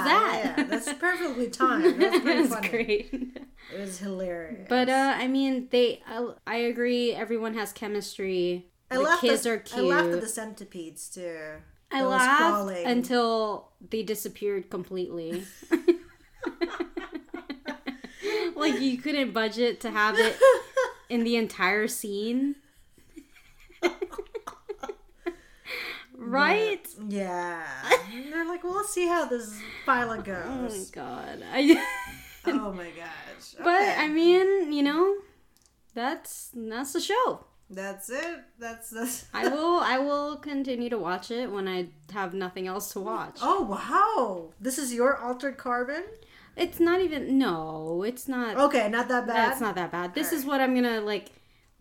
[SPEAKER 1] that?
[SPEAKER 2] yeah, that's perfectly timed. That's pretty
[SPEAKER 1] That's
[SPEAKER 2] funny.
[SPEAKER 1] great.
[SPEAKER 2] It was hilarious.
[SPEAKER 1] But uh, I mean, they. I, I agree. Everyone has chemistry.
[SPEAKER 2] I
[SPEAKER 1] the
[SPEAKER 2] laughed
[SPEAKER 1] kids
[SPEAKER 2] at,
[SPEAKER 1] are cute.
[SPEAKER 2] I laughed at the centipedes too.
[SPEAKER 1] I
[SPEAKER 2] That was
[SPEAKER 1] laughed
[SPEAKER 2] crawling.
[SPEAKER 1] until they disappeared completely. like you couldn't budget to have it in the entire scene. right?
[SPEAKER 2] Yeah. And they're like, well, let's see how this pilot
[SPEAKER 1] Oh my
[SPEAKER 2] goes.
[SPEAKER 1] god. I,
[SPEAKER 2] oh my gosh.
[SPEAKER 1] but
[SPEAKER 2] Okay.
[SPEAKER 1] I mean, you know, that's that's the show.
[SPEAKER 2] That's it. That's that's.
[SPEAKER 1] I will I will continue to watch it when I have nothing else to watch.
[SPEAKER 2] Oh wow! This is your altered carbon.
[SPEAKER 1] It's not even no, it's not
[SPEAKER 2] Okay, not that bad.
[SPEAKER 1] That's not that bad. This is what I'm gonna like.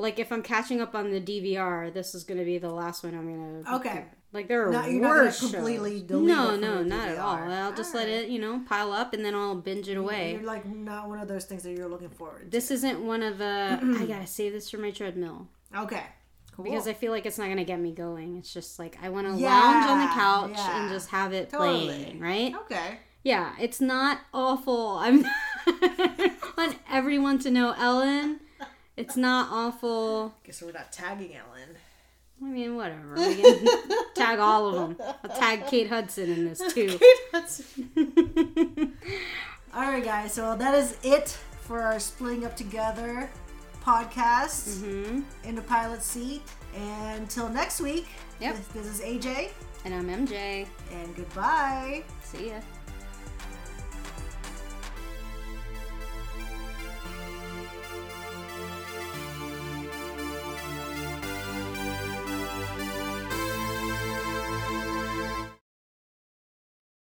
[SPEAKER 1] Like if I'm catching up on the DVR, this is gonna be the last one I'm gonna.
[SPEAKER 2] Okay.
[SPEAKER 1] Like there are
[SPEAKER 2] Not- you're not gonna
[SPEAKER 1] worse shows.
[SPEAKER 2] completely delete
[SPEAKER 1] No,
[SPEAKER 2] it from
[SPEAKER 1] no,
[SPEAKER 2] your
[SPEAKER 1] not at all.
[SPEAKER 2] DVR.
[SPEAKER 1] I'll just let
[SPEAKER 2] Alright.
[SPEAKER 1] it, you know, pile up and then I'll binge it away.
[SPEAKER 2] You're like not one of those things that you're looking forward.
[SPEAKER 1] This isn't one of the. I gotta save this for my treadmill
[SPEAKER 2] to. Okay. Cool.
[SPEAKER 1] because I feel like it's not gonna get me going. It's just like I want to
[SPEAKER 2] Yeah,
[SPEAKER 1] lounge on the couch
[SPEAKER 2] yeah.
[SPEAKER 1] and just have it
[SPEAKER 2] Totally.
[SPEAKER 1] playing, right?
[SPEAKER 2] okay.
[SPEAKER 1] Yeah, it's not awful. I'm I want everyone to know Ellen. It's not awful.
[SPEAKER 2] Guess we're not tagging Ellen.
[SPEAKER 1] I mean, whatever. We can tag all of them. I'll tag Kate Hudson in this too.
[SPEAKER 2] All right, guys. So that is it for our splitting up together podcast
[SPEAKER 1] Mm-hmm. Hmm.
[SPEAKER 2] in the pilot seat. And until next week.
[SPEAKER 1] Yep.
[SPEAKER 2] This, this is AJ,
[SPEAKER 1] and I'm MJ.
[SPEAKER 2] and goodbye.
[SPEAKER 1] See ya.